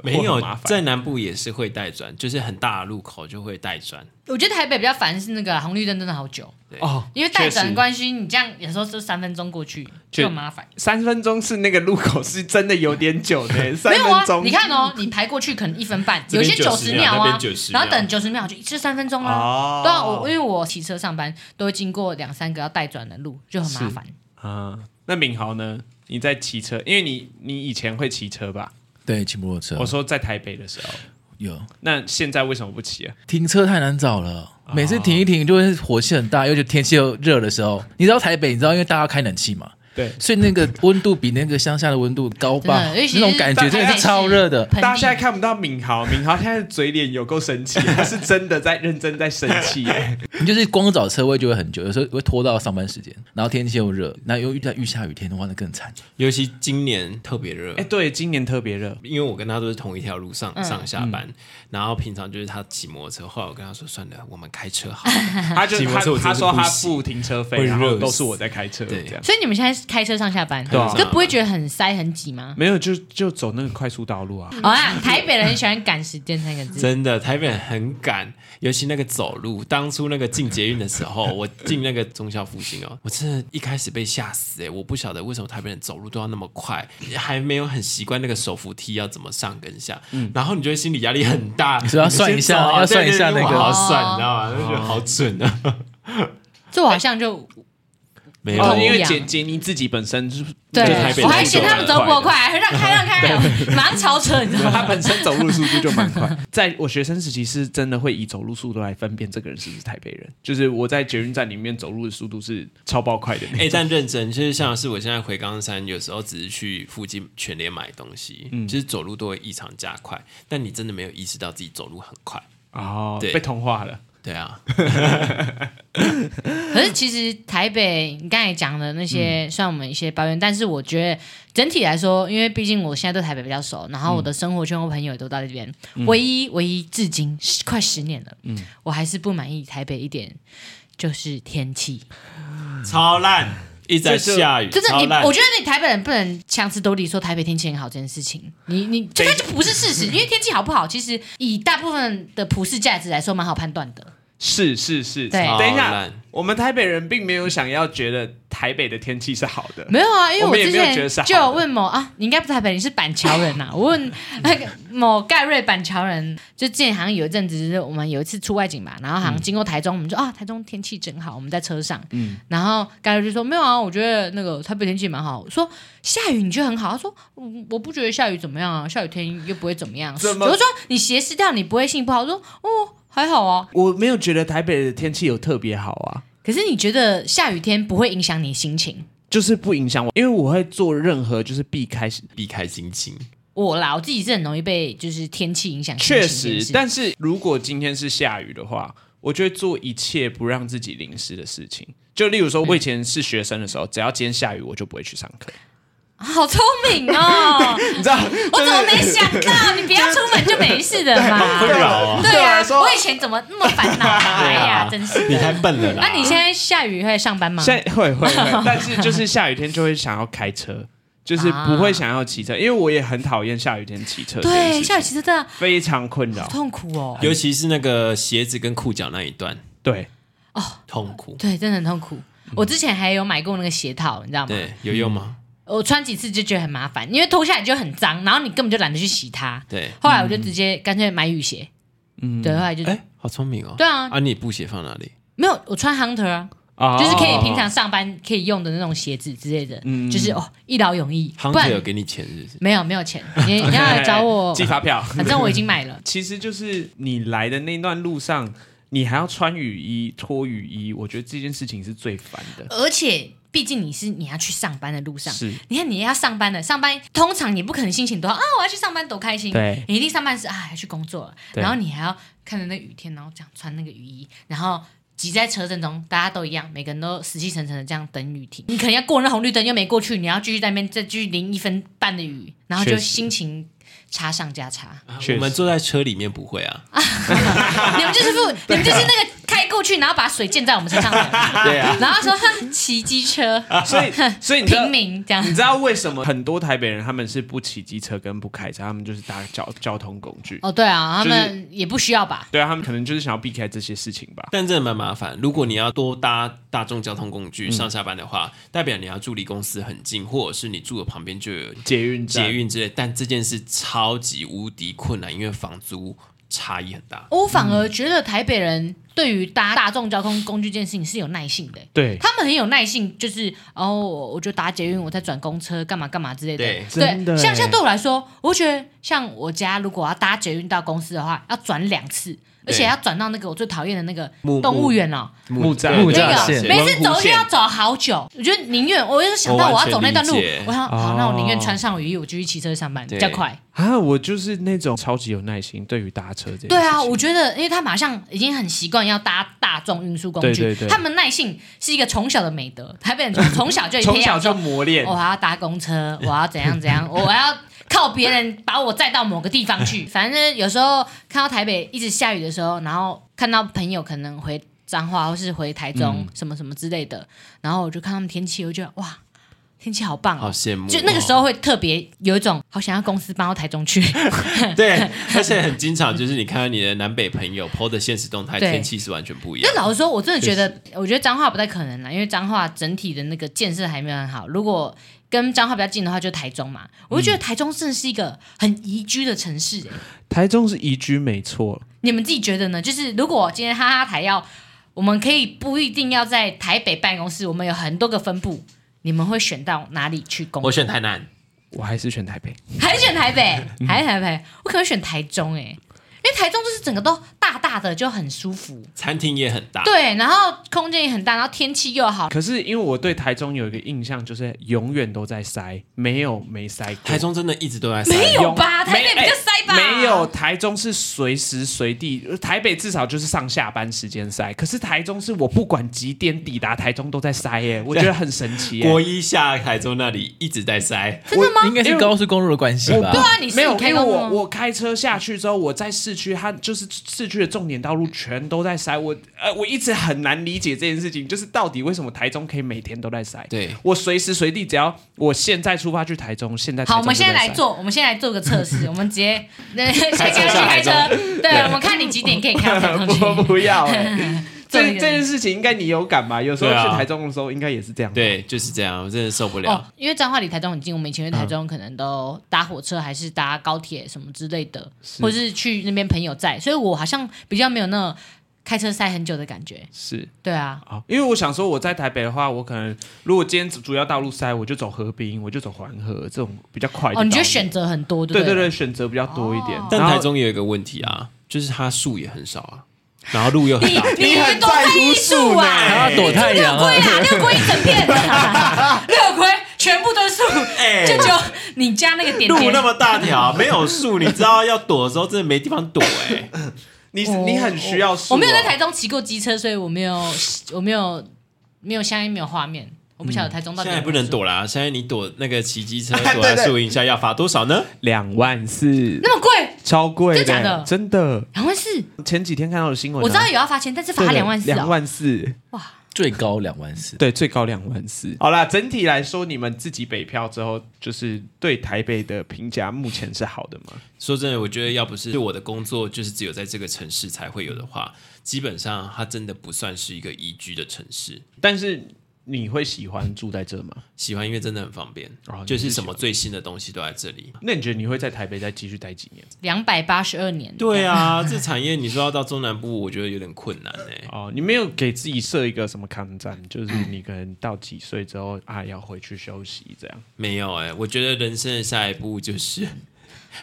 [SPEAKER 5] 没
[SPEAKER 4] 或
[SPEAKER 5] 有
[SPEAKER 4] 很麻烦
[SPEAKER 5] 在南部也是会带转，就是很大的路口就会带转。
[SPEAKER 3] 我觉得台北比较烦是那个红绿灯真的好久，
[SPEAKER 4] 哦，
[SPEAKER 3] 因为带
[SPEAKER 4] 确
[SPEAKER 3] 转
[SPEAKER 4] 实
[SPEAKER 3] 的关系，你这样有时候就三分钟过去
[SPEAKER 4] 确
[SPEAKER 3] 就很麻烦。
[SPEAKER 4] 三分钟是那个路口是真的有点久 的，三
[SPEAKER 3] 没有啊
[SPEAKER 4] 分，钟
[SPEAKER 3] 你看哦，你排过去可能一分半，
[SPEAKER 5] 这
[SPEAKER 3] 有
[SPEAKER 5] 边
[SPEAKER 3] 些九十
[SPEAKER 5] 90秒那
[SPEAKER 3] 啊
[SPEAKER 5] 边90，秒
[SPEAKER 3] 然后等九十秒就就三分钟啊。
[SPEAKER 4] 哦
[SPEAKER 3] 对啊，我因为我骑车上班都会经过两三个要带转的路，就很麻烦。
[SPEAKER 4] 啊，那敏豪呢？你在骑车，因为你你以前会骑车
[SPEAKER 3] 嗯
[SPEAKER 4] 吧？
[SPEAKER 1] 对，骑摩托车
[SPEAKER 4] 我说在台北的时候，
[SPEAKER 1] 有
[SPEAKER 4] 那现在为什么不骑啊？
[SPEAKER 1] 停车太难找了，
[SPEAKER 3] 啊
[SPEAKER 1] 每次停一停就会火气很大，尤其天气又热的时候。你知道台北，你知道因为大家开冷气嘛，
[SPEAKER 4] 对，
[SPEAKER 1] 所以那个温度比那个乡下的温度高 吧
[SPEAKER 3] 真的尤，其
[SPEAKER 1] 那种感觉真的是超热的。
[SPEAKER 3] 盆地
[SPEAKER 4] 大家现在看不到敏豪，敏豪现在嘴脸有够生气，他是真的在认真在生 气哎耶。
[SPEAKER 1] 你就是光找车位就会很久，有时候会拖到上班时间，然后天气又热，那又遇在遇下雨天的话，那更惨。
[SPEAKER 5] 尤其今年特别热，
[SPEAKER 4] 哎，对，今年特别热，
[SPEAKER 5] 因为我跟他都是同一条路上、上下班，
[SPEAKER 1] 嗯
[SPEAKER 5] 然后平常就是他骑摩托车，后来我跟他说算了，我们开车好了。
[SPEAKER 3] 嗯
[SPEAKER 4] 他就
[SPEAKER 5] 骑摩
[SPEAKER 4] 他
[SPEAKER 5] 托车我真
[SPEAKER 4] 他
[SPEAKER 5] 的
[SPEAKER 4] 说他
[SPEAKER 5] 不行
[SPEAKER 4] 付停车费，
[SPEAKER 5] 会热
[SPEAKER 4] 然后都
[SPEAKER 5] 死
[SPEAKER 4] 是我在开车，
[SPEAKER 5] 对
[SPEAKER 4] 这样
[SPEAKER 3] 所以你们现在是开车上下班，
[SPEAKER 4] 对啊
[SPEAKER 3] 可不会觉得很塞很挤吗？
[SPEAKER 4] 没有就就走那个快速道路啊。
[SPEAKER 3] 好啦，台北人很喜欢赶时间三个字。
[SPEAKER 5] 真的，台北人很赶，尤其那个走路。当初那个进捷运的时 候，我进那个中校附近哦，我真的一开始被吓死哎、我不晓得为什么台北人走路都要那么快，还没有很习惯那个手扶梯要怎么上跟下，然后你就会心理压力很大。你
[SPEAKER 1] 是嗯要算一下
[SPEAKER 5] 先走啊
[SPEAKER 1] 要算一下
[SPEAKER 5] 对对对
[SPEAKER 1] 那个哦
[SPEAKER 5] 我好好算，你知道吗？就觉得好准啊。
[SPEAKER 3] 这我好像就
[SPEAKER 5] 没有，啊
[SPEAKER 4] 哦，因
[SPEAKER 3] 一
[SPEAKER 4] 为
[SPEAKER 3] 样
[SPEAKER 4] 杰杰尼自己本身是
[SPEAKER 3] 对
[SPEAKER 5] 就台北，
[SPEAKER 3] 我
[SPEAKER 5] 人
[SPEAKER 3] 还嫌他们走
[SPEAKER 4] 走
[SPEAKER 3] 过
[SPEAKER 4] 得
[SPEAKER 3] 快，还让开让开，马上超车，你知道吗？
[SPEAKER 4] 他本身走路速度就蛮快。在我学生时期，是真的会以走路速度来分辨这个人是不是台北人。就是我在捷运站里面走路的速度是超爆快的那种。
[SPEAKER 5] 哎、但认真，就是像是我现在回冈山，有时候只是去附近全联买东西，就是走路都会异常加快，但你真的没有意识到自己走路很快。
[SPEAKER 4] 哦，
[SPEAKER 5] 对
[SPEAKER 4] 被同化了。
[SPEAKER 5] 对啊，
[SPEAKER 3] 可是其实台北，你刚才讲的那
[SPEAKER 5] 嗯
[SPEAKER 3] 些，算我们一些抱怨，但是我觉得整体来说，因为毕竟我现在对台北比较熟，然后我的生活圈或朋友也都到这边，
[SPEAKER 5] 嗯
[SPEAKER 3] 唯一唯一至今十快十年了，我还是不满意台北一点。就是天气，
[SPEAKER 5] 超烂，一直在下雨，
[SPEAKER 3] 真的
[SPEAKER 5] 嗯超
[SPEAKER 3] 你，
[SPEAKER 5] 烂。
[SPEAKER 3] 我觉得你台北人不能强词夺理说台北天气很好这件事情，你你这个就不是事实，因为天气好不好，其实以大部分的普世价值来说，蛮好判断的。
[SPEAKER 4] 是是是，
[SPEAKER 3] 对
[SPEAKER 4] 等一
[SPEAKER 5] 超
[SPEAKER 4] 下
[SPEAKER 5] 烂，
[SPEAKER 4] 我们台北人并没有想要觉得台北的天气是好的。
[SPEAKER 3] 没有啊，因为
[SPEAKER 4] 我们也
[SPEAKER 3] 之
[SPEAKER 4] 没有觉得
[SPEAKER 3] 前
[SPEAKER 4] 是好的
[SPEAKER 3] 就有问某啊，你应该不是台北，你是板桥 人呐、我问那个某盖瑞板桥人，就之前好像有一阵子，就是我们有一次出外景吧，然后好像经过台中，我们就啊，台中天气真好，我们在车上，
[SPEAKER 4] 嗯
[SPEAKER 3] 然后盖瑞就说没有啊，我觉得那个台北天气蛮好，我说下雨你觉得很好，他说嗯我不觉得下雨怎么样啊，下雨天又不会怎么样，
[SPEAKER 4] 怎么
[SPEAKER 3] 我就说你斜视掉你不会信不好，我说哦还好啊，
[SPEAKER 4] 我没有觉得台北的天气有特别好啊，
[SPEAKER 3] 可是你觉得下雨天不会影响你心情？
[SPEAKER 4] 就是不影响我，因为我会做任何就是避开
[SPEAKER 5] 避开心情，
[SPEAKER 3] 我啦，我自己是很容易被就是天气影响心情
[SPEAKER 4] 确
[SPEAKER 3] 这件事。
[SPEAKER 4] 实，但是如果今天是下雨的话，我就会做一切不让自己淋湿的事情。就例如说，我以前是学生的时候，只要今天下雨，我就不会去上 课。
[SPEAKER 3] 啊好聪明哦！
[SPEAKER 4] 你知道，
[SPEAKER 3] 我怎么没想到？你 不要出门就没事的嘛。
[SPEAKER 5] 困扰啊！
[SPEAKER 3] 对
[SPEAKER 4] 对我
[SPEAKER 3] 啊
[SPEAKER 4] 来，说
[SPEAKER 3] 我以前怎么那么烦 恼啊？哎呀，真是
[SPEAKER 5] 你
[SPEAKER 3] 的。
[SPEAKER 5] 太笨了啦！
[SPEAKER 3] 那你现在下雨会上班吗？
[SPEAKER 4] 啊现在会会会，但是就是下雨天就会想要开车， 就是
[SPEAKER 3] 啊
[SPEAKER 4] 不会想要骑车，因为我也很讨厌下雨天骑车。
[SPEAKER 3] 对，下雨其实真的
[SPEAKER 4] 非常困扰
[SPEAKER 3] 好。痛苦哦。
[SPEAKER 5] 尤其是那个鞋子跟裤脚那一段，
[SPEAKER 4] 对，
[SPEAKER 5] 痛苦。
[SPEAKER 3] 对，真的很痛苦。
[SPEAKER 4] 嗯
[SPEAKER 3] 我之前还有买过那个鞋套，你知道吗？
[SPEAKER 5] 对，有用吗？
[SPEAKER 3] 我穿几次就觉得很麻烦，因为脱下来就很脏，然后你根本就懒得去洗它。
[SPEAKER 5] 对，
[SPEAKER 3] 后来我就直接干脆买雨鞋，
[SPEAKER 4] 嗯
[SPEAKER 3] 对，后来就
[SPEAKER 5] 哎，好聪明哦。
[SPEAKER 3] 对啊
[SPEAKER 5] 啊，你布鞋放哪里？
[SPEAKER 3] 没有我穿 Hunter 啊，
[SPEAKER 4] 啊
[SPEAKER 3] 就是可以平常上班可以用的那种鞋子之类的，就是哦一劳永逸。
[SPEAKER 5] 亨
[SPEAKER 3] 不
[SPEAKER 5] 特有
[SPEAKER 3] 然
[SPEAKER 5] 给你钱是不是？
[SPEAKER 3] 没有没有钱，你你要来 找我，
[SPEAKER 4] 寄发票。
[SPEAKER 3] 反正我已经买了。
[SPEAKER 4] 其实就是你来的那段路上，你还要穿雨衣、脱雨衣，我觉得这件事情是最烦的。
[SPEAKER 3] 而且毕竟你是你要去上班的路上，
[SPEAKER 4] 是
[SPEAKER 3] 你看你要上班了，上班通常你不可能心情多好啊，我要去上班多开心，
[SPEAKER 4] 对
[SPEAKER 3] 你一定上班是啊要去工作了，然后你还要看着那雨天，然后这样穿那个雨衣，然后。挤在车阵中，大家都一样，每个人都死气沉沉的这样等雨停。你可能要过那红绿灯又没过去，你要继续在那边再继续淋一分半的雨，然后就
[SPEAKER 4] 确实
[SPEAKER 3] 心情差上加 差。
[SPEAKER 5] 啊
[SPEAKER 4] 确实
[SPEAKER 5] 我们坐在车里面不会啊，
[SPEAKER 3] 你们就是不，
[SPEAKER 4] 啊
[SPEAKER 3] 你们就是那个开过去，然后把水溅在我们身上的人，
[SPEAKER 4] 对 啊，
[SPEAKER 3] 然后说哼骑机车，
[SPEAKER 4] 所以 所以你知道
[SPEAKER 3] 平民这样。
[SPEAKER 4] 你知道为什么很多台北人他们是不骑机车跟不开车，他们就是搭交交通工具？
[SPEAKER 3] 哦，对啊，他
[SPEAKER 4] 就是
[SPEAKER 3] 们也不需要吧？
[SPEAKER 4] 对啊，他们可能就是想要避开这些事情吧。
[SPEAKER 5] 但真的蛮麻烦。如果你要多搭大众交通工具上下班的话，代表你要住离公司很近，或者是你住的旁边就有
[SPEAKER 4] 捷运站
[SPEAKER 5] 捷运之类。但这件事超级无敌困难，因为房租差异很大。
[SPEAKER 3] 我反而觉得台北人对于搭大众交通工具这件事情是有耐性的、
[SPEAKER 4] 对，
[SPEAKER 3] 他们很有耐性，就是哦，我就搭捷运，我再转公车，干嘛干嘛之类的。
[SPEAKER 5] 对
[SPEAKER 4] 真的
[SPEAKER 3] 像
[SPEAKER 4] 欸
[SPEAKER 3] 像对我来说，我会觉得像我家如果要搭捷运到公司的话，要转两次，而
[SPEAKER 5] 对
[SPEAKER 3] 且要转到那个我最讨厌的那个
[SPEAKER 5] 木
[SPEAKER 3] 动物园哦，
[SPEAKER 1] 木
[SPEAKER 4] 栅
[SPEAKER 1] 木
[SPEAKER 5] 对
[SPEAKER 1] 栅
[SPEAKER 3] 那个
[SPEAKER 1] 线，
[SPEAKER 3] 每次
[SPEAKER 4] 龙
[SPEAKER 3] 走
[SPEAKER 4] 骨
[SPEAKER 3] 就
[SPEAKER 4] 线
[SPEAKER 3] 要走好久。我觉得宁愿，我就想到
[SPEAKER 5] 我
[SPEAKER 3] 我要
[SPEAKER 5] 完全
[SPEAKER 3] 走那段路
[SPEAKER 5] 理解，
[SPEAKER 3] 我想好，那我宁愿
[SPEAKER 4] 哦
[SPEAKER 3] 穿上雨衣，我就去骑车上班，比
[SPEAKER 5] 对
[SPEAKER 3] 较快。
[SPEAKER 4] 啊，我就是那种超级有耐心，对于搭车这件
[SPEAKER 3] 对
[SPEAKER 4] 事
[SPEAKER 3] 啊，
[SPEAKER 4] 情
[SPEAKER 3] 我觉得，因为他马上已经很习惯要搭大众运输工具，
[SPEAKER 4] 对对对
[SPEAKER 3] 他们耐性是一个从小的美德，台北人从从小就
[SPEAKER 4] 从
[SPEAKER 3] 培
[SPEAKER 4] 小
[SPEAKER 3] 养
[SPEAKER 4] 就
[SPEAKER 3] 说，
[SPEAKER 4] 磨练
[SPEAKER 3] 我。还要搭公车，我要怎样 怎样，我要靠别人把我载到某个地方去。 反正有时候看到台北一直下雨的时候，然后看到朋友可能回彰化或是回台
[SPEAKER 4] 嗯
[SPEAKER 3] 中、什么什么之类的，然后我就看他们天气，我就觉得哇，天气好棒
[SPEAKER 5] 好
[SPEAKER 3] 哦。
[SPEAKER 5] 羡慕哦。
[SPEAKER 3] 就那个时候会特别有一种好想要公司搬到台中去，
[SPEAKER 5] 对，而且很经常就是你看到你的南北朋友 PO 的现实动态，
[SPEAKER 3] 对
[SPEAKER 5] 天气是完全不一样
[SPEAKER 3] 但。老实说，我真的觉得，我觉得彰化不太可能啦，因为彰化整体的那个建设还没有很好。如果跟彰化比较近的话，就台中嘛。我就觉得台中真的是一个很宜居的城市、欸。
[SPEAKER 4] 台中是宜居没错，
[SPEAKER 3] 你们自己觉得呢？就是如果今天哈哈台要，我们可以不一定要在台北办公室，我们有很多个分部，你们会选到哪里去工
[SPEAKER 5] 我
[SPEAKER 3] 作？
[SPEAKER 5] 选台南，
[SPEAKER 4] 我还是选台北。
[SPEAKER 3] 还是选台北，还是台北？我可能选台中、欸，因为台中就是整个都大大的，就很舒服。
[SPEAKER 5] 餐厅也很大。
[SPEAKER 3] 对，然后空间也很大，然后天气又好，
[SPEAKER 4] 可是因为我对台中有一个印象，就是永远都在塞，没有没塞过。
[SPEAKER 5] 台中真的一直都在塞
[SPEAKER 3] 没有吧？台
[SPEAKER 4] 没哎
[SPEAKER 3] 北比较塞吧？
[SPEAKER 4] 没有，台中是随时随地，呃台北至少就是上下班时间塞，可是台中是我不管几点抵达台中都在塞 耶，我觉得很神奇耶。
[SPEAKER 5] 国一下台中那里一直在塞，
[SPEAKER 1] 真的吗？应该是高速公路的关系吧
[SPEAKER 3] 对？啊，你是
[SPEAKER 4] 没有，
[SPEAKER 3] 开
[SPEAKER 4] 因为
[SPEAKER 3] 工
[SPEAKER 4] 我
[SPEAKER 3] 吗？
[SPEAKER 4] 我开车下去之后，我在市区，它就是市区的重点道路全都在塞。我呃，我一直很难理解这件事情，就是到底为什么台中可以每天都在塞？
[SPEAKER 5] 对
[SPEAKER 4] 我随时随地，只要我现在出发去台中，现在台
[SPEAKER 3] 好，
[SPEAKER 4] 中
[SPEAKER 3] 我们
[SPEAKER 4] 就
[SPEAKER 3] 现在来
[SPEAKER 4] 塞。
[SPEAKER 3] 做，我们现在来做个 测试，我们直接那先
[SPEAKER 5] 开车
[SPEAKER 3] 开去
[SPEAKER 5] 上
[SPEAKER 3] 开车
[SPEAKER 5] 台，
[SPEAKER 3] 对，我们看你几点可以开 到台
[SPEAKER 4] 我
[SPEAKER 3] 中去。
[SPEAKER 4] 不要、欸，
[SPEAKER 3] 做
[SPEAKER 4] 这
[SPEAKER 3] 一
[SPEAKER 4] 这
[SPEAKER 3] 个
[SPEAKER 4] 件事情应该你有感吧？有时候
[SPEAKER 5] 对啊
[SPEAKER 4] 去台中的时候，应该也是这样。，
[SPEAKER 5] 对，就是这样，我真的受不了。
[SPEAKER 3] 哦，因为彰化离台中很近，我们以前去台
[SPEAKER 4] 嗯
[SPEAKER 3] 中可能都搭火车还是搭高铁什么之类的，或是去那边朋友在，所以我好像比较没有那种开车塞很久的感觉。
[SPEAKER 4] 是
[SPEAKER 3] 对啊，
[SPEAKER 4] 啊，因为我想说，我在台北的话，我可能如果今天主要道路塞，我就走河滨，我就走环河这种比较快的道路。
[SPEAKER 3] 哦，你觉得选择很多，
[SPEAKER 4] 对
[SPEAKER 3] 对
[SPEAKER 4] 对
[SPEAKER 3] 不
[SPEAKER 4] 对，选择比较多一点。
[SPEAKER 3] 哦
[SPEAKER 5] 但
[SPEAKER 4] 然后
[SPEAKER 5] 台中也有一个问题啊，就是它树也很少啊，然后路又很
[SPEAKER 3] 你
[SPEAKER 5] 大。
[SPEAKER 3] 你
[SPEAKER 4] 很
[SPEAKER 3] 多
[SPEAKER 4] 在
[SPEAKER 3] 看
[SPEAKER 4] 乎
[SPEAKER 3] 艺术
[SPEAKER 4] 数
[SPEAKER 3] 啊，
[SPEAKER 4] 呢
[SPEAKER 1] 他要躲太阳
[SPEAKER 3] 龟
[SPEAKER 1] 啊！
[SPEAKER 3] 啦，六龟一整 片啦，六龟全部都是树，
[SPEAKER 4] 哎
[SPEAKER 3] 就就你家那个点
[SPEAKER 5] 路
[SPEAKER 3] 点
[SPEAKER 5] 那，么大条，没有树，你知道要躲的时候真的没地方躲哎、
[SPEAKER 4] 你你很需要树哦、
[SPEAKER 3] 我没有在台中骑过机车，所以我没有我没有没有相应没有画面，我不晓得台中到
[SPEAKER 5] 现
[SPEAKER 3] 底有
[SPEAKER 5] 在也
[SPEAKER 3] 没有
[SPEAKER 5] 不能躲啦，现在你躲那个骑机 车
[SPEAKER 4] 对
[SPEAKER 5] 躲在树荫下要罚多少呢？
[SPEAKER 4] 两万四，
[SPEAKER 3] 那么贵，
[SPEAKER 4] 超贵
[SPEAKER 3] 真假的
[SPEAKER 4] 真的。
[SPEAKER 3] 两万四，
[SPEAKER 4] 前几天看到的新闻啊、
[SPEAKER 3] 我知道有要罚钱，但是罚
[SPEAKER 4] 对对
[SPEAKER 3] 两万四
[SPEAKER 4] 两
[SPEAKER 3] 啊，
[SPEAKER 4] 万四，
[SPEAKER 1] 最高两万四，
[SPEAKER 4] 对，最高两万四。好啦，整体来说，你们自己北漂之后，就是对台北的评价目前是好的吗？
[SPEAKER 5] 说真的，我觉得要不是我的工作就是只有在这个城市才会有的话，基本上它真的不算是一个宜居的城市。
[SPEAKER 4] 但是你会喜欢住在这吗？
[SPEAKER 5] 喜欢，因为真的很方便，
[SPEAKER 4] 哦
[SPEAKER 5] 就
[SPEAKER 4] 你
[SPEAKER 5] 是
[SPEAKER 4] 是
[SPEAKER 5] 什么
[SPEAKER 4] 喜欢
[SPEAKER 5] 最新的东西都在这里。
[SPEAKER 4] 那你觉得你会在台北再继续待几年？
[SPEAKER 3] 两百八十二年，
[SPEAKER 5] 对啊，这产业你说要到中南部，我觉得有点困难哎、
[SPEAKER 4] 哦，你没有给自己设一个什么抗战，就是你可能到几岁之后啊要回去休息这样。
[SPEAKER 5] 没有哎、我觉得人生的下一步就是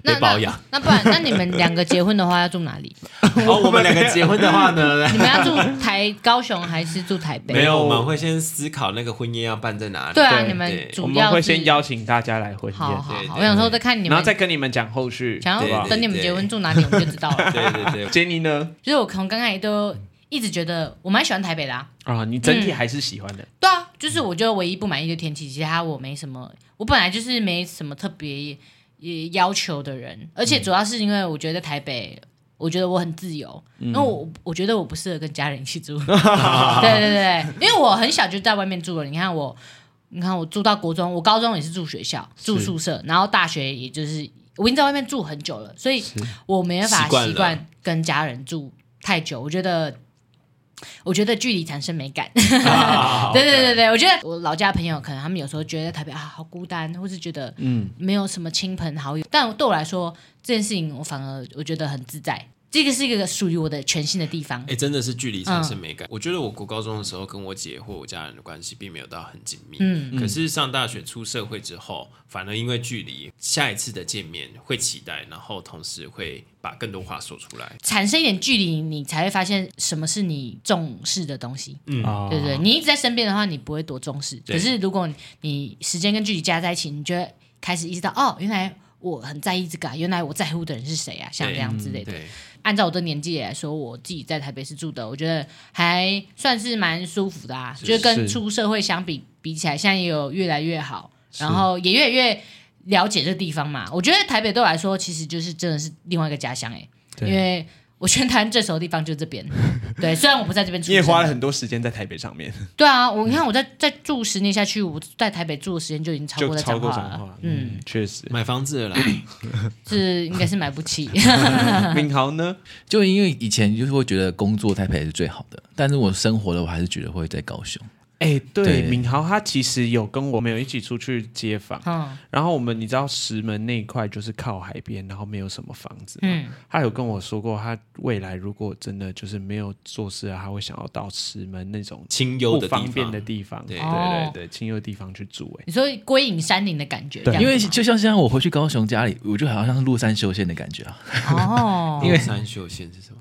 [SPEAKER 3] 那
[SPEAKER 5] 被包养。
[SPEAKER 3] 那那不然，那你们两个结婚的话要住哪里？
[SPEAKER 5] 哦，我们两个结婚的话呢？
[SPEAKER 3] 你们要住台高雄还是住台北？
[SPEAKER 5] 没有，我们会先思考那个婚宴要办在哪里。
[SPEAKER 3] 对啊，
[SPEAKER 4] 对
[SPEAKER 3] 你们
[SPEAKER 5] 对
[SPEAKER 4] 我
[SPEAKER 3] 主
[SPEAKER 4] 们
[SPEAKER 3] 要
[SPEAKER 4] 会
[SPEAKER 3] 是
[SPEAKER 4] 先邀请大家来婚
[SPEAKER 3] 好
[SPEAKER 4] 宴，
[SPEAKER 3] 好
[SPEAKER 5] 对对
[SPEAKER 3] 好，
[SPEAKER 5] 对
[SPEAKER 3] 我想说再看你
[SPEAKER 4] 然后
[SPEAKER 3] 们
[SPEAKER 4] 再，跟你们讲后续，
[SPEAKER 3] 想
[SPEAKER 5] 对对
[SPEAKER 3] 要
[SPEAKER 5] 对
[SPEAKER 3] 等你们结婚住哪里，我们就知道了。
[SPEAKER 5] 对对对，
[SPEAKER 4] 杰尼呢？
[SPEAKER 3] 就是我从刚才都一直觉得我蛮喜欢台北的啊，
[SPEAKER 4] 啊，你整体还是喜欢的。
[SPEAKER 3] 对啊，就是我觉得唯一不满意的天气，其他我没什么，我本来就是没什么特别也要求的人，而
[SPEAKER 5] 嗯
[SPEAKER 3] 且主要是因为我觉得在台北。我觉得我很自由，
[SPEAKER 5] 嗯
[SPEAKER 3] 因为我我觉得我不适合跟家人一起 住。对对对，因为我很小就在外面住了。你看我，你看我住到国中，我高中也是住学校、住宿舍，然后大学也就是我已经在外面住很久了，所以我没办法
[SPEAKER 5] 习惯了
[SPEAKER 3] 习惯跟家人住太久。我觉得，我觉得距离产生美感。对对对对，我觉得我老家的朋友可能他们有时候觉得台北啊好孤单，或是觉得嗯没有什么亲朋好友，但对我来说这件事情我反而我觉得很自在，这个是一个属于我的全新的地方
[SPEAKER 5] 哎、。真的是距离产生美感。我觉得我国高中的时候跟我姐或我家人的关系并没有到很紧密，
[SPEAKER 3] 嗯
[SPEAKER 5] 可是上大学出社会之后，反而因为距离，下一次的见面会期待，然后同时会把更多话说出来。
[SPEAKER 3] 产生一点距离，你才会发现什么是你重视的东西，
[SPEAKER 4] 啊
[SPEAKER 3] 嗯对不对？你一直在身边的话，你不会多重视。
[SPEAKER 5] 对
[SPEAKER 3] 可是如果你你时间跟距离加在一起，你就会开始意识到，哦，原来我很在意这个、啊，原来我在乎的人是谁啊，像这样之类的。
[SPEAKER 5] 对，
[SPEAKER 3] 按照我的年纪来说，我自己在台北市住的，我觉得还算是蛮舒服的啊，
[SPEAKER 5] 是
[SPEAKER 3] 就是跟
[SPEAKER 4] 是
[SPEAKER 3] 出社会相比比起来，现在也有越来越好，然后也越来越了解这地方嘛。我觉得台北对我来说，其实就是真的是另外一个家乡哎、
[SPEAKER 4] 对
[SPEAKER 3] 因为我全台湾最熟的地方就是这 边，对，虽然我不在这边出
[SPEAKER 4] 你
[SPEAKER 3] 生，啊
[SPEAKER 4] 也花了很多时间在台北上面，
[SPEAKER 3] 对啊，我你看我在在住十年下去，我在台北住的时间就已经超
[SPEAKER 4] 就
[SPEAKER 3] 过在
[SPEAKER 4] 超
[SPEAKER 3] 彰
[SPEAKER 4] 过
[SPEAKER 3] 化
[SPEAKER 4] 彰
[SPEAKER 3] 了
[SPEAKER 4] 化，，
[SPEAKER 3] 嗯，
[SPEAKER 4] 嗯，确实。
[SPEAKER 5] 买房子了啦，
[SPEAKER 3] 是应该是买不起。
[SPEAKER 4] 敏豪呢？
[SPEAKER 1] 就因为以前就是会觉得工作台北是最好的，但是我生活的我还是觉得会在高雄。
[SPEAKER 4] 哎、
[SPEAKER 1] 对
[SPEAKER 4] 对，敏豪他其实有跟我们有一起出去街访，
[SPEAKER 3] 嗯
[SPEAKER 4] 然后我们你知道石门那一块就是靠海边，然后没有什么房子，嗯，
[SPEAKER 3] 嗯，
[SPEAKER 4] 他有跟我说过，他未来如果真的就是没有做事啊，他会想要到石门那种
[SPEAKER 5] 清
[SPEAKER 4] 不
[SPEAKER 5] 幽的地
[SPEAKER 4] 方便
[SPEAKER 5] 方
[SPEAKER 4] 的地方，
[SPEAKER 5] 对
[SPEAKER 3] 哦
[SPEAKER 4] 对对对，清幽的地方去住、哎，
[SPEAKER 3] 你说归隐山林的感觉，这
[SPEAKER 4] 对
[SPEAKER 3] 样
[SPEAKER 1] 因为
[SPEAKER 3] 子吗
[SPEAKER 1] 就像现在我回去高雄家里，我就好像是入山修仙的感觉啊。
[SPEAKER 3] 哦，
[SPEAKER 5] 因为山修仙是什么？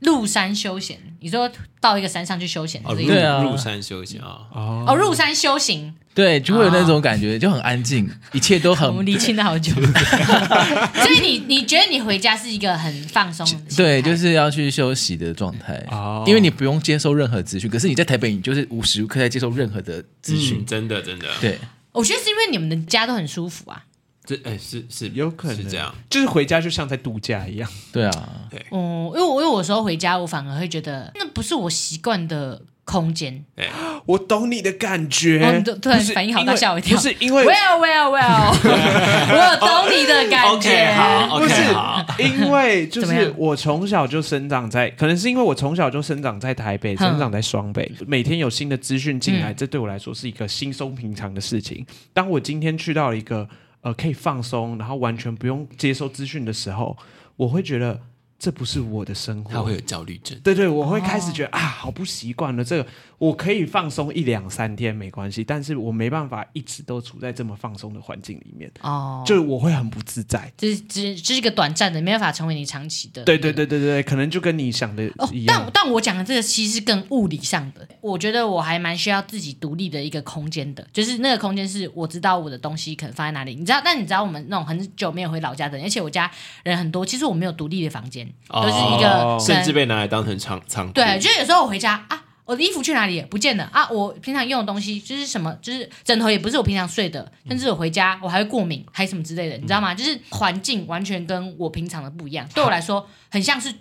[SPEAKER 3] 入山休闲，你说到一个山上去休闲，
[SPEAKER 5] 哦，
[SPEAKER 3] 这
[SPEAKER 5] 入
[SPEAKER 3] 个
[SPEAKER 1] 对啊
[SPEAKER 5] 入山修仙啊，
[SPEAKER 3] 哦，入山修行，
[SPEAKER 1] 对，就会有那种感
[SPEAKER 3] 哦
[SPEAKER 1] 觉，就很安静，一切都
[SPEAKER 3] 我们
[SPEAKER 1] 很
[SPEAKER 3] 离清的好久，所以你你觉得你回家是一个很放松的心态，
[SPEAKER 1] 对，就是要去休息的状态
[SPEAKER 4] 哦
[SPEAKER 1] 因为你不用接受任何资讯。可是你在台北，你就是无时无刻在接受任何的资讯。
[SPEAKER 5] 嗯真的真的，，
[SPEAKER 1] 对，
[SPEAKER 3] 我觉得是因为你们的家都很舒服啊，
[SPEAKER 5] 这哎、是是
[SPEAKER 4] 有可能
[SPEAKER 5] 是这样，，
[SPEAKER 4] 就是回家就像在度假一样，
[SPEAKER 1] 对啊，
[SPEAKER 3] 哦、因为我因为我有时候回家，我反而会觉得那不是我习惯的空间，
[SPEAKER 5] 哎
[SPEAKER 4] 我懂你的感觉，
[SPEAKER 3] 哦你突突然
[SPEAKER 4] 不是
[SPEAKER 3] 反应好大
[SPEAKER 4] 因为
[SPEAKER 3] 吓我一跳
[SPEAKER 4] 不是因为
[SPEAKER 3] Well, well, well，我懂你的感
[SPEAKER 5] OK，
[SPEAKER 3] 觉。
[SPEAKER 5] 好
[SPEAKER 4] 不
[SPEAKER 5] ，OK，
[SPEAKER 4] 是
[SPEAKER 5] 好，
[SPEAKER 4] 因为就
[SPEAKER 3] 怎么
[SPEAKER 4] 是
[SPEAKER 3] 样
[SPEAKER 4] 我从小就生长在，可能是因为我从小就生长在台北，生长在双北，每天有新的资讯进
[SPEAKER 3] 嗯
[SPEAKER 4] 来，这对我来说是一个轻松平常的事情。当我今天去到一个呃可以放松，然后完全不用接收资讯的时候，我会觉得这不是我的生
[SPEAKER 5] 他
[SPEAKER 4] 活
[SPEAKER 5] 会有。焦虑症。
[SPEAKER 4] 对对，我会开始觉得、啊，好不习惯了。这个我可以放松一两三天没关系，但是我没办法一直都处在这么放松的环境里面，
[SPEAKER 3] 哦，
[SPEAKER 4] 就是我会很不自在。
[SPEAKER 3] 这是只这是一个短暂的，没办法成为你长期的。
[SPEAKER 4] 对对对对对，可能就跟你想的
[SPEAKER 3] 哦
[SPEAKER 4] 一，样。
[SPEAKER 3] 但但我讲的这个其实是更物理上的，我觉得我还蛮需要自己独立的一个空间的，就是那个空间是我知道我的东西可能放在哪里，你知道？但你知道我们那种很久没有回老家的人，而且我家人很多，其实我没有独立的房间，
[SPEAKER 5] 哦
[SPEAKER 3] 都是一个
[SPEAKER 5] 甚
[SPEAKER 3] 可
[SPEAKER 5] 至
[SPEAKER 3] 能
[SPEAKER 5] 被拿来当成仓仓库，
[SPEAKER 3] 对，就是有时候我回家啊。我的衣服去哪里不见了啊！我平常用的东西就是什么，就是枕头也不是我平常睡的，甚至我回家我还会过敏，还什么之类的，你知道吗？就是环境完全跟我平常的不一样，对我来说很像是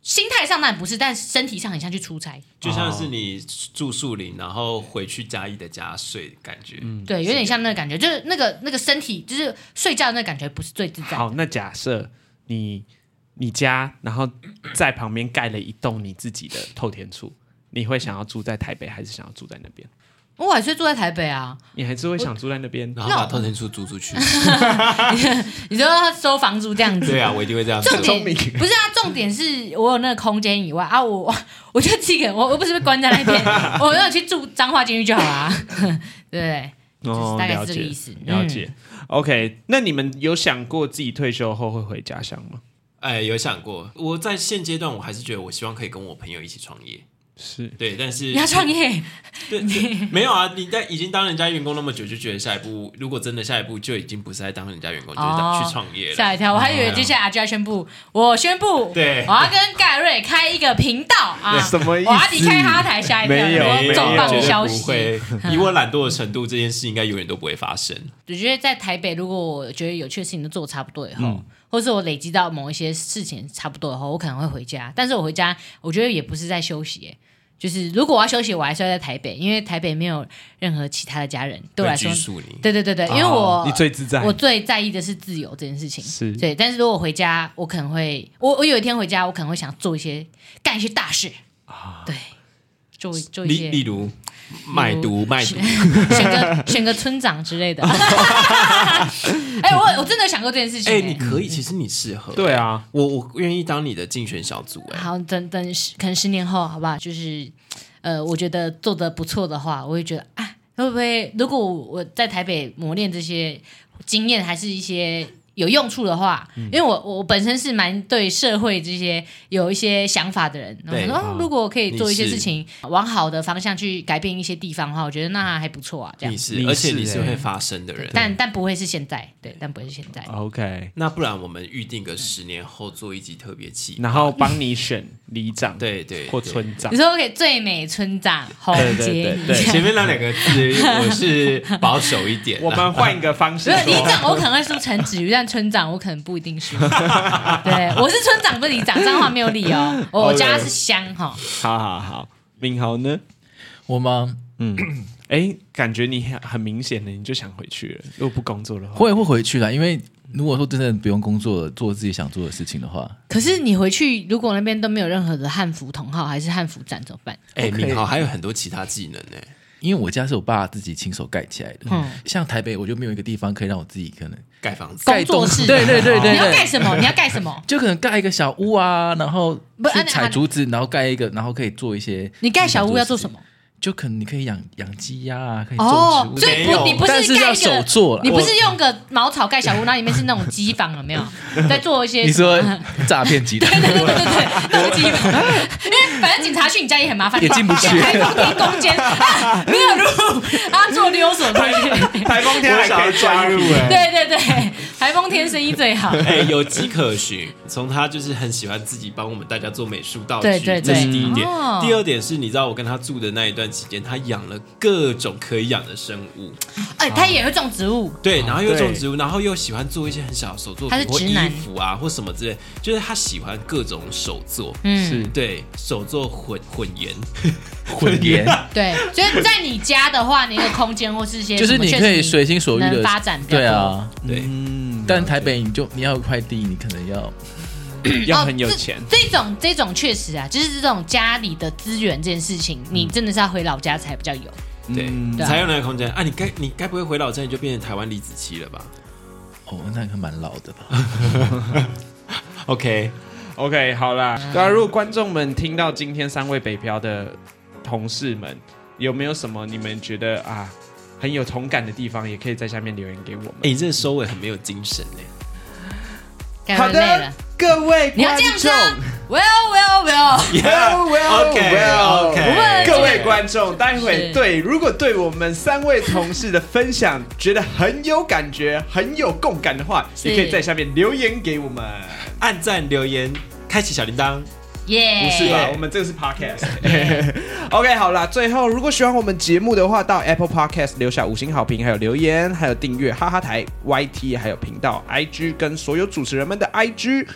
[SPEAKER 3] 心态上当然不是，但身体上很像去出差。
[SPEAKER 5] 就像是你住树林，然后回去嘉义的家睡的感觉。
[SPEAKER 3] 对，有点像那个感觉，就是那个那个身体，就是睡觉的那个感觉不是最自在的。
[SPEAKER 4] 好，那假设你你家，然后在旁边盖了一栋你自己的透天厝，你会想要住在台北，还是想要住在那边？
[SPEAKER 3] 我还是住在台北啊，
[SPEAKER 4] 你还是会想住在那边。
[SPEAKER 3] 哦
[SPEAKER 5] 然后把透天处租出去。
[SPEAKER 3] 你知道他收房租这样子。
[SPEAKER 5] 对啊，我一定会这样做
[SPEAKER 3] 重。点
[SPEAKER 4] 聪明
[SPEAKER 3] 不是啊，重点是我有那个空间以外啊，我 我就自己一个人，我我不是被关在 那边，我要去住彰化监狱就好啦、 对
[SPEAKER 4] 哦，
[SPEAKER 3] 大概
[SPEAKER 4] 了
[SPEAKER 3] 是这
[SPEAKER 4] 解
[SPEAKER 3] 个意思嗯
[SPEAKER 4] 了解。OK，那你们有想过自己退休后会回家乡吗？
[SPEAKER 5] 哎，有想过，我在现阶段我还是觉得我希望可以跟我朋友一起创业。
[SPEAKER 4] 是
[SPEAKER 5] 对，但是
[SPEAKER 3] 你要创业，
[SPEAKER 5] 对对没有啊？你在已经当人家员工那么久，就觉得下一步如果真的下一步就已经不是在当人家员工，就是当
[SPEAKER 3] 哦
[SPEAKER 5] 去创业
[SPEAKER 3] 吓
[SPEAKER 5] 了。
[SPEAKER 3] 一跳，我还以为接下来就要宣布，我宣布，
[SPEAKER 5] 对
[SPEAKER 3] 我要跟盖瑞开一个频道啊，
[SPEAKER 4] 什么意思
[SPEAKER 3] 我要离开哈台，吓一跳，
[SPEAKER 4] 没有
[SPEAKER 3] 我
[SPEAKER 4] 没有
[SPEAKER 3] 重磅
[SPEAKER 5] 绝
[SPEAKER 3] 消
[SPEAKER 5] 对不
[SPEAKER 3] 息。
[SPEAKER 5] 会。以我懒惰的程度，这件事应该永远都不会发生。
[SPEAKER 3] 我觉得在台北，如果我觉得有趣的事情都做得差不多以后，或是我累积到某一些事情差不多以后，我可能会回家。但是我回家，我觉得也不是在休息耶、就是如果我要休息，我还是要在台北，因为台北没有任何其他的家人对我来说
[SPEAKER 5] 会拘，束你。
[SPEAKER 3] 对对对对，因为我、
[SPEAKER 4] 你最自在
[SPEAKER 3] 我最在意的是自由这件事情。
[SPEAKER 4] 是
[SPEAKER 3] 对，但是如果我回家，我可能会，我我有一天回家，我可能会想做一些干一些大事啊，对，做做一
[SPEAKER 5] 例
[SPEAKER 3] 些
[SPEAKER 5] 例如卖毒
[SPEAKER 3] 嗯
[SPEAKER 5] 卖毒，
[SPEAKER 3] 选个选个村长之 类的。哎、我我真的有想过这件事情、
[SPEAKER 5] 哎，
[SPEAKER 3] 哎
[SPEAKER 5] 你可以，其实你适合。
[SPEAKER 4] 对啊，
[SPEAKER 5] 我我愿意当你的竞选小组。哎，
[SPEAKER 3] 好，等等十，可能十年后，好不好？就是，呃，我觉得做的不错的话，我会觉得啊，会不会如果我在台北磨练这些经验，还是一些有用处的话，
[SPEAKER 5] 嗯
[SPEAKER 3] 因为我我本身是蛮对社会这些有一些想法的人，然后我
[SPEAKER 5] 对
[SPEAKER 3] 说、哦、如果可以做一些
[SPEAKER 5] 你是
[SPEAKER 3] 事情，往好的方向去改变一些地方的话，我觉得那还不错啊，这样
[SPEAKER 5] 你。是
[SPEAKER 4] 你，
[SPEAKER 5] 而且你
[SPEAKER 4] 是
[SPEAKER 5] 是
[SPEAKER 4] 哎
[SPEAKER 5] 会发声的人。
[SPEAKER 3] 但但不会是现在，对，但不会是现在。
[SPEAKER 4] OK，
[SPEAKER 5] 那不然我们预定个十年后做一集特别期。
[SPEAKER 4] 然后帮你选里长
[SPEAKER 5] 对对，
[SPEAKER 4] 或
[SPEAKER 5] 对
[SPEAKER 4] 村长
[SPEAKER 3] 你。说 OK，最美村长洪杰
[SPEAKER 4] 对
[SPEAKER 3] 你。
[SPEAKER 5] 前面那两个字， 我是保守一点啦。
[SPEAKER 4] 我们换一个方式
[SPEAKER 3] 没有里
[SPEAKER 4] 说，
[SPEAKER 3] 长，我可能会输陈 子瑜，但村长我可能不一定输。对，我是村长，不是里长，这样的话没有理 由。我
[SPEAKER 1] 哦
[SPEAKER 3] 我家是乡哈，
[SPEAKER 4] 好好好，敏豪呢？
[SPEAKER 1] 我吗？
[SPEAKER 4] 哎，感觉你很很明显的你就想回去了，如果不工作的话，
[SPEAKER 1] 会会回去啦，因为如果说真的不用工作了，做自己想做的事情的话，
[SPEAKER 3] 可是你回去，如果那边都没有任何的汉服同号还是汉服展怎么办？
[SPEAKER 5] 哎，
[SPEAKER 1] OK
[SPEAKER 5] 敏豪还有很多其他技能哎呢。
[SPEAKER 1] 因为我家是我爸自己亲手盖起来的，
[SPEAKER 3] 嗯
[SPEAKER 1] 像台北我就没有一个地方可以让我自己可能
[SPEAKER 5] 盖房子，
[SPEAKER 3] 工作室，
[SPEAKER 1] 对对对对
[SPEAKER 3] 你要盖
[SPEAKER 1] 对，
[SPEAKER 3] 什么？你要盖什么？
[SPEAKER 1] 就可能盖一个小屋啊，然后
[SPEAKER 3] 不
[SPEAKER 1] 去
[SPEAKER 3] 啊
[SPEAKER 1] 采竹子，然后盖一个，然后可以做一些。
[SPEAKER 3] 你盖小屋要做什
[SPEAKER 1] 么？
[SPEAKER 3] 么？
[SPEAKER 1] 就可能你可以养养鸡呀、啊，可以种
[SPEAKER 3] 哦
[SPEAKER 1] 植物，，
[SPEAKER 3] 所以
[SPEAKER 5] 没
[SPEAKER 3] 不
[SPEAKER 5] 有
[SPEAKER 3] 你不
[SPEAKER 1] 但是
[SPEAKER 3] 盖
[SPEAKER 1] 要
[SPEAKER 3] 一个
[SPEAKER 1] 手做啦
[SPEAKER 3] 你不是用个茅草盖小屋，那里面是那种机房有没 有？在做一些
[SPEAKER 1] 你
[SPEAKER 3] 什么
[SPEAKER 1] 说诈骗集团
[SPEAKER 3] 对对对对对，那个 基本，因为反正警察去你家也很麻烦，
[SPEAKER 1] 也进 不去
[SPEAKER 3] 开放天空 间、啊、没有路，啊，做溜索过去。
[SPEAKER 4] 台风天还可以加入哎，
[SPEAKER 3] 对对对，台风天生意最好。
[SPEAKER 5] 哎，有迹可循。从他就是很喜欢自己帮我们大家做美术道具，
[SPEAKER 3] 对对对
[SPEAKER 5] 这是第一点
[SPEAKER 3] 哦。
[SPEAKER 5] 第二点是，你知道我跟他住的那一段期间，他养了各种可以养的生物，
[SPEAKER 3] 哎，他也会种植物，
[SPEAKER 5] 对，然后又
[SPEAKER 4] 哦对
[SPEAKER 5] 种植物，然后又喜欢做一些很小的手作
[SPEAKER 3] 他是
[SPEAKER 5] 品或
[SPEAKER 3] 直
[SPEAKER 5] 衣
[SPEAKER 3] 男
[SPEAKER 5] 服啊或什么之类，就是他喜欢各种手作。
[SPEAKER 3] 嗯，
[SPEAKER 5] 对手做混混颜，
[SPEAKER 1] 混颜，
[SPEAKER 3] 对。所以在你家的话，你的空间或 是一些
[SPEAKER 1] 就是
[SPEAKER 3] 什么
[SPEAKER 1] 你
[SPEAKER 3] 确
[SPEAKER 1] 可
[SPEAKER 3] 实
[SPEAKER 1] 以随心所欲的
[SPEAKER 3] 能发展比较多
[SPEAKER 1] 对啊。
[SPEAKER 5] 对，
[SPEAKER 4] 嗯，
[SPEAKER 1] 但台北你就你要有块地，你可能要
[SPEAKER 4] 要很有钱
[SPEAKER 3] 哦。这这种这种确实啊，就是这种家里的资源这件事情，你真的是要回老家才比较有。
[SPEAKER 5] 对，
[SPEAKER 4] 嗯
[SPEAKER 3] 对啊
[SPEAKER 5] 才有那个空间啊！你该你该不会回老家你就变成台湾李子柒了吧
[SPEAKER 1] 哦，那个蛮老的吧？
[SPEAKER 5] ？OK，
[SPEAKER 4] OK，好啦，对啊，如果观众们听到今天三位北漂的同事们，有没有什么你们觉得啊很有同感的地方，也可以在下面留言给我们。
[SPEAKER 5] 哎、你这个收尾很没有精神哎、
[SPEAKER 3] 感
[SPEAKER 4] 好
[SPEAKER 3] 觉累
[SPEAKER 4] 的
[SPEAKER 3] 了，，
[SPEAKER 4] 各位
[SPEAKER 3] 你要
[SPEAKER 4] 观
[SPEAKER 3] 这样啊
[SPEAKER 4] 众
[SPEAKER 3] 说。，Well well well。
[SPEAKER 4] Well, well,
[SPEAKER 5] OK，
[SPEAKER 4] well.
[SPEAKER 5] OK
[SPEAKER 4] 各位观众，待会
[SPEAKER 3] 是
[SPEAKER 4] 对，如果对我们三位同事的分享觉得很有感觉、很有共感的话，
[SPEAKER 3] 是哎
[SPEAKER 4] 也可以在下面留言给我们。
[SPEAKER 5] 按赞留言，开启小铃铛，
[SPEAKER 3] 耶！
[SPEAKER 4] 不是吧？我们这个是 podcast。OK，好
[SPEAKER 3] 哎
[SPEAKER 4] 啦，最后如果喜欢我们节目的话，到 Apple Podcast 留下五星好评，还有留言，还有订阅哈哈台 YT，还有频道 IG 跟所有主持人们的 IG，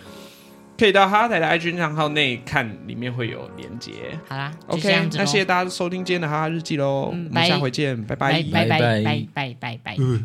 [SPEAKER 4] 可以到哈哈台的 IG 账号内看，里面会有连结。
[SPEAKER 3] 好啦就这
[SPEAKER 4] OK，
[SPEAKER 3] 样子
[SPEAKER 4] 那
[SPEAKER 3] 咯
[SPEAKER 4] 谢谢大家收听今天的哈哈日记喽，
[SPEAKER 3] 嗯
[SPEAKER 4] 我们下
[SPEAKER 3] 拜
[SPEAKER 4] 回见，拜
[SPEAKER 3] 拜
[SPEAKER 4] 拜。
[SPEAKER 3] 拜拜
[SPEAKER 1] 拜
[SPEAKER 3] 拜拜拜拜。
[SPEAKER 5] 嗯，